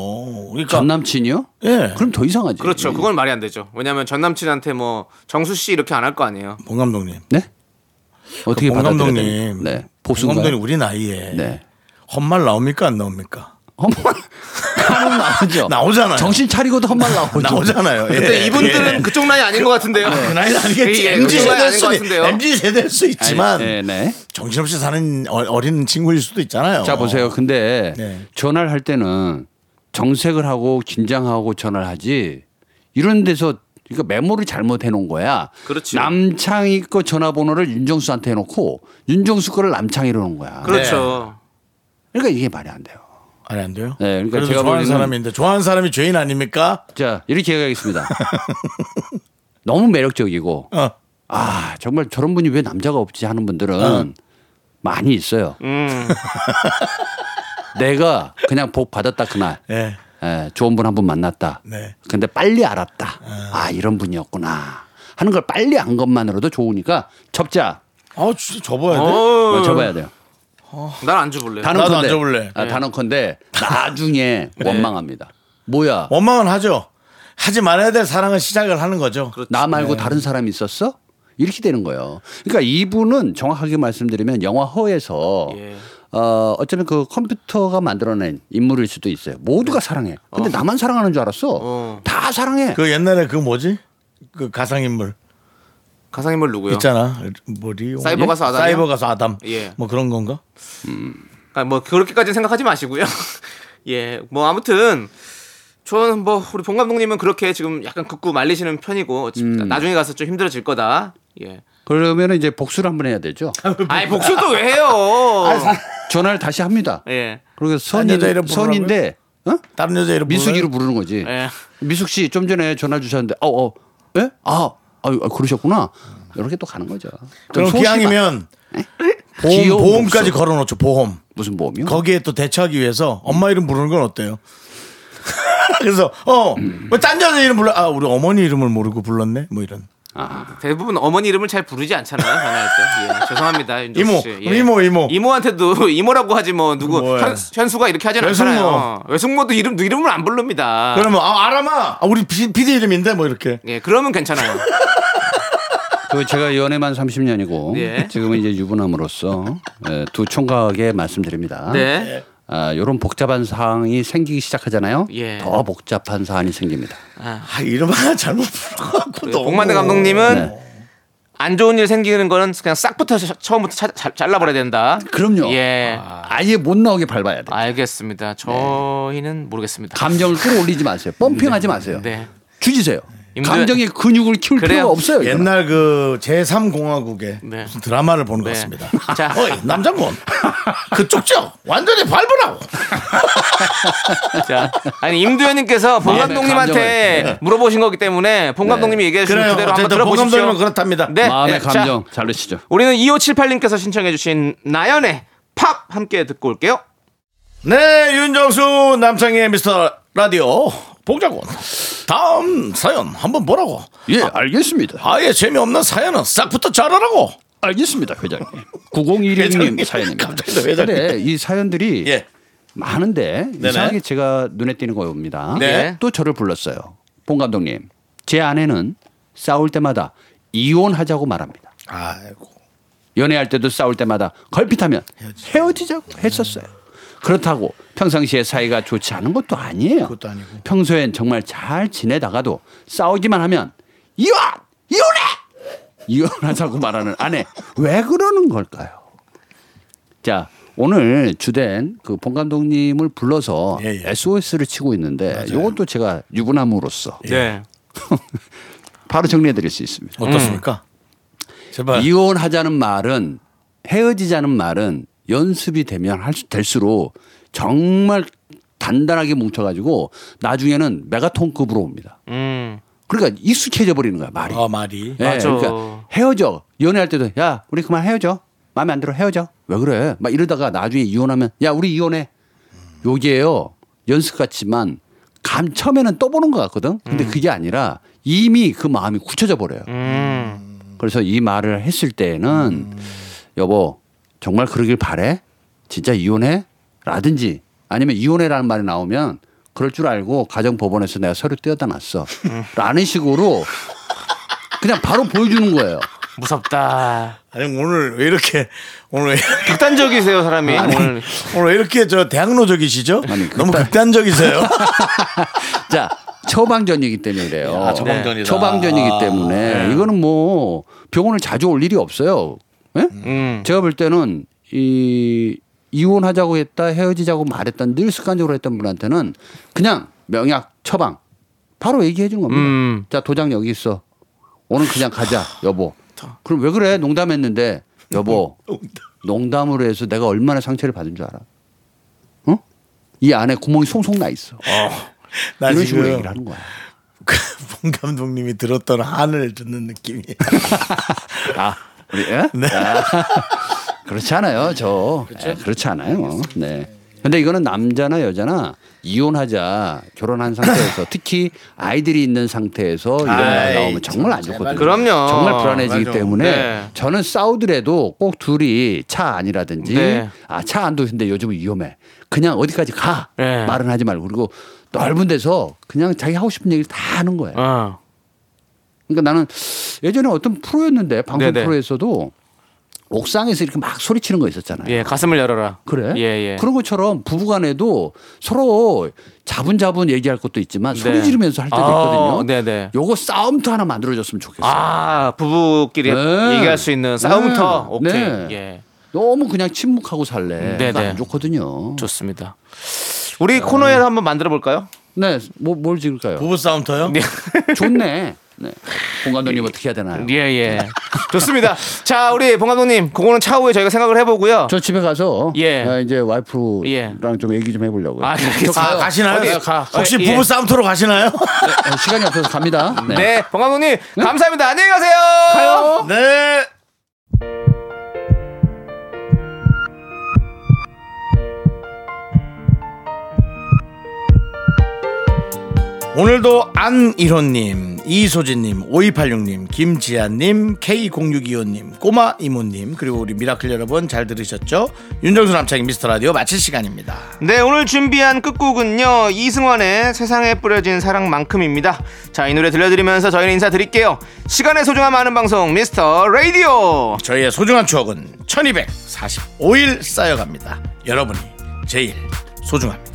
그러니까
전 남친이요?
예.
그럼 더 이상하지.
그렇죠. 그건 말이 안 되죠. 왜냐하면 전 남친한테 뭐 정수 씨 이렇게 안 할 거 아니에요.
봉 감독님.
네? 어떻게
그 봉
받아들여야
감독님.
됩니까? 네.
봉
복수인가요?
감독님 우리 나이에
네.
헛말 나옵니까 안 나옵니까?
헛말 하는 나오죠.
나오잖아요.
정신 차리고도 헛말
*laughs*
나오죠.
나오잖아요. 예.
근데 이분들은
예.
그쪽 나이 아닌 것 같은데요.
그 나이는 아니겠지.
예, 예,
MZ
그 나이
세대일
아닌 것
수
같은데요.
MZ 세대일 수
아니,
있지만
네, 네.
정신없이 사는 어- 어린 친구일 수도 있잖아요.
어.
자 보세요. 근데
네.
전화를 할 때는 정색을 하고 긴장하고 전화를 하지 이런 데서 그러니까 메모를 잘못해 놓은 거야.
그렇지.
남창희 거 전화번호를 윤정수한테 해놓고 윤정수 거를 남창희로 놓은 거야.
그렇죠.
그러니까 이게 말이 안 돼요.
아니 안 돼요?
네, 그러니까
그래도
제가
좋아하는
보기에는-
사람인데 좋아하는 사람이 죄인 아닙니까?
자
*laughs*
이렇게 얘기하겠습니다. 너무 매력적이고
어.
아 정말 저런 분이 왜 남자가 없지 하는 분들은
어.
많이 있어요.
음.
내가 그냥 복 받았다 그날.
예.
예, 좋은 분 한 분 만났다.
네.
근데 빨리 알았다. 아, 이런 분이었구나. 하는 걸 빨리 안 것만으로도 좋으니까 접자.
아 진짜 접어야 돼.
어,
어,
접어야 돼요.
난안 줘볼래. 요
나도 안
단언컨대.
접을래. 예. *laughs*
아, 단언컨대 나중에 원망합니다. 뭐야?
원망은 하죠. 하지 말아야 될 사랑은 시작을 하는 거죠.
나
예.
말고 다른 사람이 있었어? 이렇게 되는 거예요. 그러니까 이분은 정확하게 말씀드리면 영화 허에서
예.
어, 어쩌면 그 컴퓨터가 만들어낸 인물일 수도 있어요. 모두가
네.
사랑해.
어.
근데 나만 사랑하는 줄 알았어.
어.
다 사랑해.
그 옛날에 그 뭐지? 그 가상 인물
가상인물 누구요?
있잖아. 뭐리
사이버 가수 아담이요?
사이버 가수 아담.
예.
뭐 그런 건가?
아, 뭐 그렇게까지 생각하지 마시고요. *laughs* 예, 뭐 아무튼 저는 뭐 우리 봉 감독님은 그렇게 지금 약간 극구 말리시는 편이고 어차피 나중에 가서 좀 힘들어질 거다. 예.
그러면 이제 복수를 한 번 해야 되죠.
아이 복수도 왜 해요?
전화를 다시 합니다.
예.
그리고
딴 여자 이름
선인 선인데 어?
다른 여자 이름
미숙이로 부르는 거지.
예.
미숙 씨 좀 전에 전화 주셨는데 어어 예? 아, 아 아, 그러셨구나. 이렇게 또 가는 거죠. 좀
그럼
소심한-
기왕이면 보험,
귀여운
보험까지
목소리.
걸어놓죠. 보험.
무슨 보험이요?
거기에 또 대처하기 위해서 엄마 이름 부르는 건 어때요? *laughs* 그래서 어왜딴 여자 이름 불러? 아 우리 어머니 이름을 모르고 불렀네. 뭐 이런
대부분 어머니 이름을 잘 부르지 않잖아요 전화할 때. 예, 죄송합니다 윤정
이모,
씨. 예.
이모, 이모.
이모한테도 *laughs* 이모라고 하지 뭐 누구
뭐야.
현, 현수가 이렇게 하진
외숙모.
않잖아요. 외숙모도 이름 이름을 안 부릅니다.
그러면 아 알아마 아, 우리 비, 비디 이름인데 뭐 이렇게
예 그러면
*laughs*
괜찮아요.
그 제가 연애만 30년이고
예.
지금은 이제 유부남으로서 예, 두 총각에 말씀드립니다.
네.
아, 요런 복잡한 사항이 생기기 시작하잖아요.
예.
더 복잡한 사안이 생깁니다.
아 이름 하나 잘못 불러갖고 너무
그 복만대 감독님은
네.
안 좋은 일 생기는 거는 그냥 싹부터 자- 처음부터 차- 자- 잘라버려야 된다.
그럼요.
예.
아예 못 나오게 밟아야 돼.
네.
알겠습니다. 저희는 모르겠습니다.
감정을 끌어올리지 마세요. 펌핑하지 마세요.
네.
주지세요.
임대-
감정의 근육을 키울
그래요.
필요가 없어요. 이거는.
옛날 그 제3공화국의
네.
드라마를 보는
네.
것 같습니다.
*laughs* 자.
어이,
*laughs*
남장군. 그쪽 죠 완전히 밟으라고.
자, 아니 임두현님께서 봉
네,
감독님한테
감정을, 네.
물어보신 거기 때문에 봉 감독님이 얘기해 주신
네. 그래요.
그대로 한번
어쨌든 봉
들어보십시오.
감독님은 그렇답니다.
네.
마음의
예, 자,
감정 잘 내시죠.
우리는 2578님께서 신청해주신 나연의 팝 함께 듣고 올게요.
네, 윤정수 남창희의 미스터 라디오 복자군. 다음 사연 한번 보라고.
예,
아.
알겠습니다.
아예 재미없는 사연은 싹부터 잘하라고.
알겠습니다, *laughs* 회장님. 9016님
회장님,
사연입니다.
갑자기 또 회장님.
근데 이 사연들이
예.
많은데
네네.
이상하게 제가 눈에 띄는 겁니다. 예.
네.
또 저를 불렀어요. 봉 감독님, 제 아내는 싸울 때마다 이혼하자고 말합니다.
아이고.
연애할 때도 싸울 때마다 걸핏하면 헤어지자고
네.
했었어요. 그렇다고 평상시에 사이가 좋지 않은 것도 아니에요.
그것도 아니고.
평소엔 정말 잘 지내다가도 싸우기만 하면 이혼! 이혼해! *laughs* 이혼하자고 말하는 아내. 왜 그러는 걸까요? 자, 오늘 주된 그 봉 감독님을 불러서
예, 예.
SOS를 치고 있는데 이것도 제가 유부남으로서
네.
바로 정리해 드릴 수 있습니다.
어떻습니까? 음. 제발.
이혼하자는 말은 헤어지자는 말은 연습이 되면 할 수- 될수록 정말 단단하게 뭉쳐가지고 나중에는 메가톤급으로 옵니다.
음.
그러니까 익숙해져 버리는 거야 말이.
어, 말이.
예,
맞아.
그러니까 헤어져. 연애할 때도 야 우리 그만 헤어져. 마음에 안 들어 헤어져. 왜 그래? 막 이러다가 나중에 이혼하면 야 우리 이혼해. 요게요 연습 같지만 감 처음에는 떠보는 것 같거든. 근데 그게 아니라 이미 그 마음이 굳혀져 버려요.
음.
그래서 이 말을 했을 때에는
음.
여보 정말 그러길 바래 진짜 이혼해 라든지 아니면 이혼해라는 말이 나오면 그럴 줄 알고 가정 법원에서 내가 서류 떼어다 놨어
음.
라는 식으로 그냥 바로 보여주는 거예요
무섭다.
아니 오늘 왜 이렇게 오늘 왜 이렇게-
극단적이세요, 사람이. 오늘.
오늘 왜 이렇게 저 대학로적이시죠? 너무
*laughs*
극단적이세요.
자 처방전이기 때문에 그래요
아, 처방전이다.
처방전이기
아,
때문에 이거는 뭐 병원을 자주 올 일이 없어요 예?
음.
제가 볼 때는 이 이혼하자고 했다 헤어지자고 말했던 늘 습관적으로 했던 분한테는 그냥 명약 처방 바로 얘기해 주는 겁니다.
음.
자 도장 여기 있어. 오늘 그냥 가자 여보. 그럼 왜 그래 농담했는데 여보 농담으로 해서 내가 얼마나 상처를 받은 줄 알아? 어? 이 안에 구멍이 송송 나 있어.
나
이런 식으로
지금
얘기를 하는 거야.
봉 감독님이 들었던 한을 듣는 느낌이에요.
아, 우리 예? 아, 그렇지 않아요, 저. 예, 그렇지 않아요. 네. 근데 이거는 남자나 여자나 이혼하자 결혼한 상태에서 특히 아이들이 있는 상태에서 이런 말
아이,
나오면 정말 안 좋거든요.
그럼요.
정말 불안해지기
맞아.
때문에
네.
저는 싸우더라도 꼭 둘이 차 아니라든지
네.
아 차 안 도는데 요즘은 위험해. 그냥 어디까지 가
네.
말은 하지 말고 그리고 넓은 데서 그냥 자기 하고 싶은 얘기를 다 하는 거예요.
어.
그러니까 나는 예전에 어떤 프로였는데 방송
네네.
프로에서도 옥상에서 이렇게 막 소리치는 거 있었잖아요.
예, 가슴을 열어라.
그래?
예, 예.
그런 것처럼 부부간에도 서로 자분자분 얘기할 것도 있지만 소리
네.
지르면서 할 때도
어,
있거든요.
네네.
요거 싸움터 하나 만들어줬으면 좋겠어요.
아, 부부끼리
네.
얘기할 수 있는 싸움터.
네.
오케이.
네.
예.
너무 그냥 침묵하고 살래.
네네.
그거 안 좋거든요.
좋습니다. 우리 코너에 한번 만들어 볼까요? 네.
네, 뭐 뭘 찍을까요?
부부
어?
싸움터요?
좋네. 네. 공 감독님 어떻게 해야 되나요?
예, 예.
네.
좋습니다. 자, 우리 봉 감독님, 그거는 차후에 저희가 생각을 해보고요.
저 집에 가서
예.
아, 이제 와이프랑
예.
좀 얘기 좀 해보려고요. 네,
아, 알겠습니다.
저 가요.
가시나요?
어디, 가.
혹시
어, 예.
부부 싸움터로 가시나요?
네, 시간이 없어서 갑니다. 네.
*laughs* 네, 봉 감독님, 감사합니다. 안녕히 가세요.
가요.
네. 오늘도 안일호님, 이소진님, 5286님, 김지아님, K0625님, 꼬마 이모님, 그리고 우리 미라클 여러분 잘 들으셨죠? 윤정수 남창희 미스터 라디오 마칠 시간입니다.
네, 오늘 준비한 끝곡은요. 이승환의 세상에 뿌려진 사랑만큼입니다. 자, 이 노래 들려드리면서 저희는 인사드릴게요. 시간의 소중함 아는 방송 미스터 라디오.
저희의 소중한 추억은 1245일 쌓여갑니다. 여러분이 제일 소중합니다.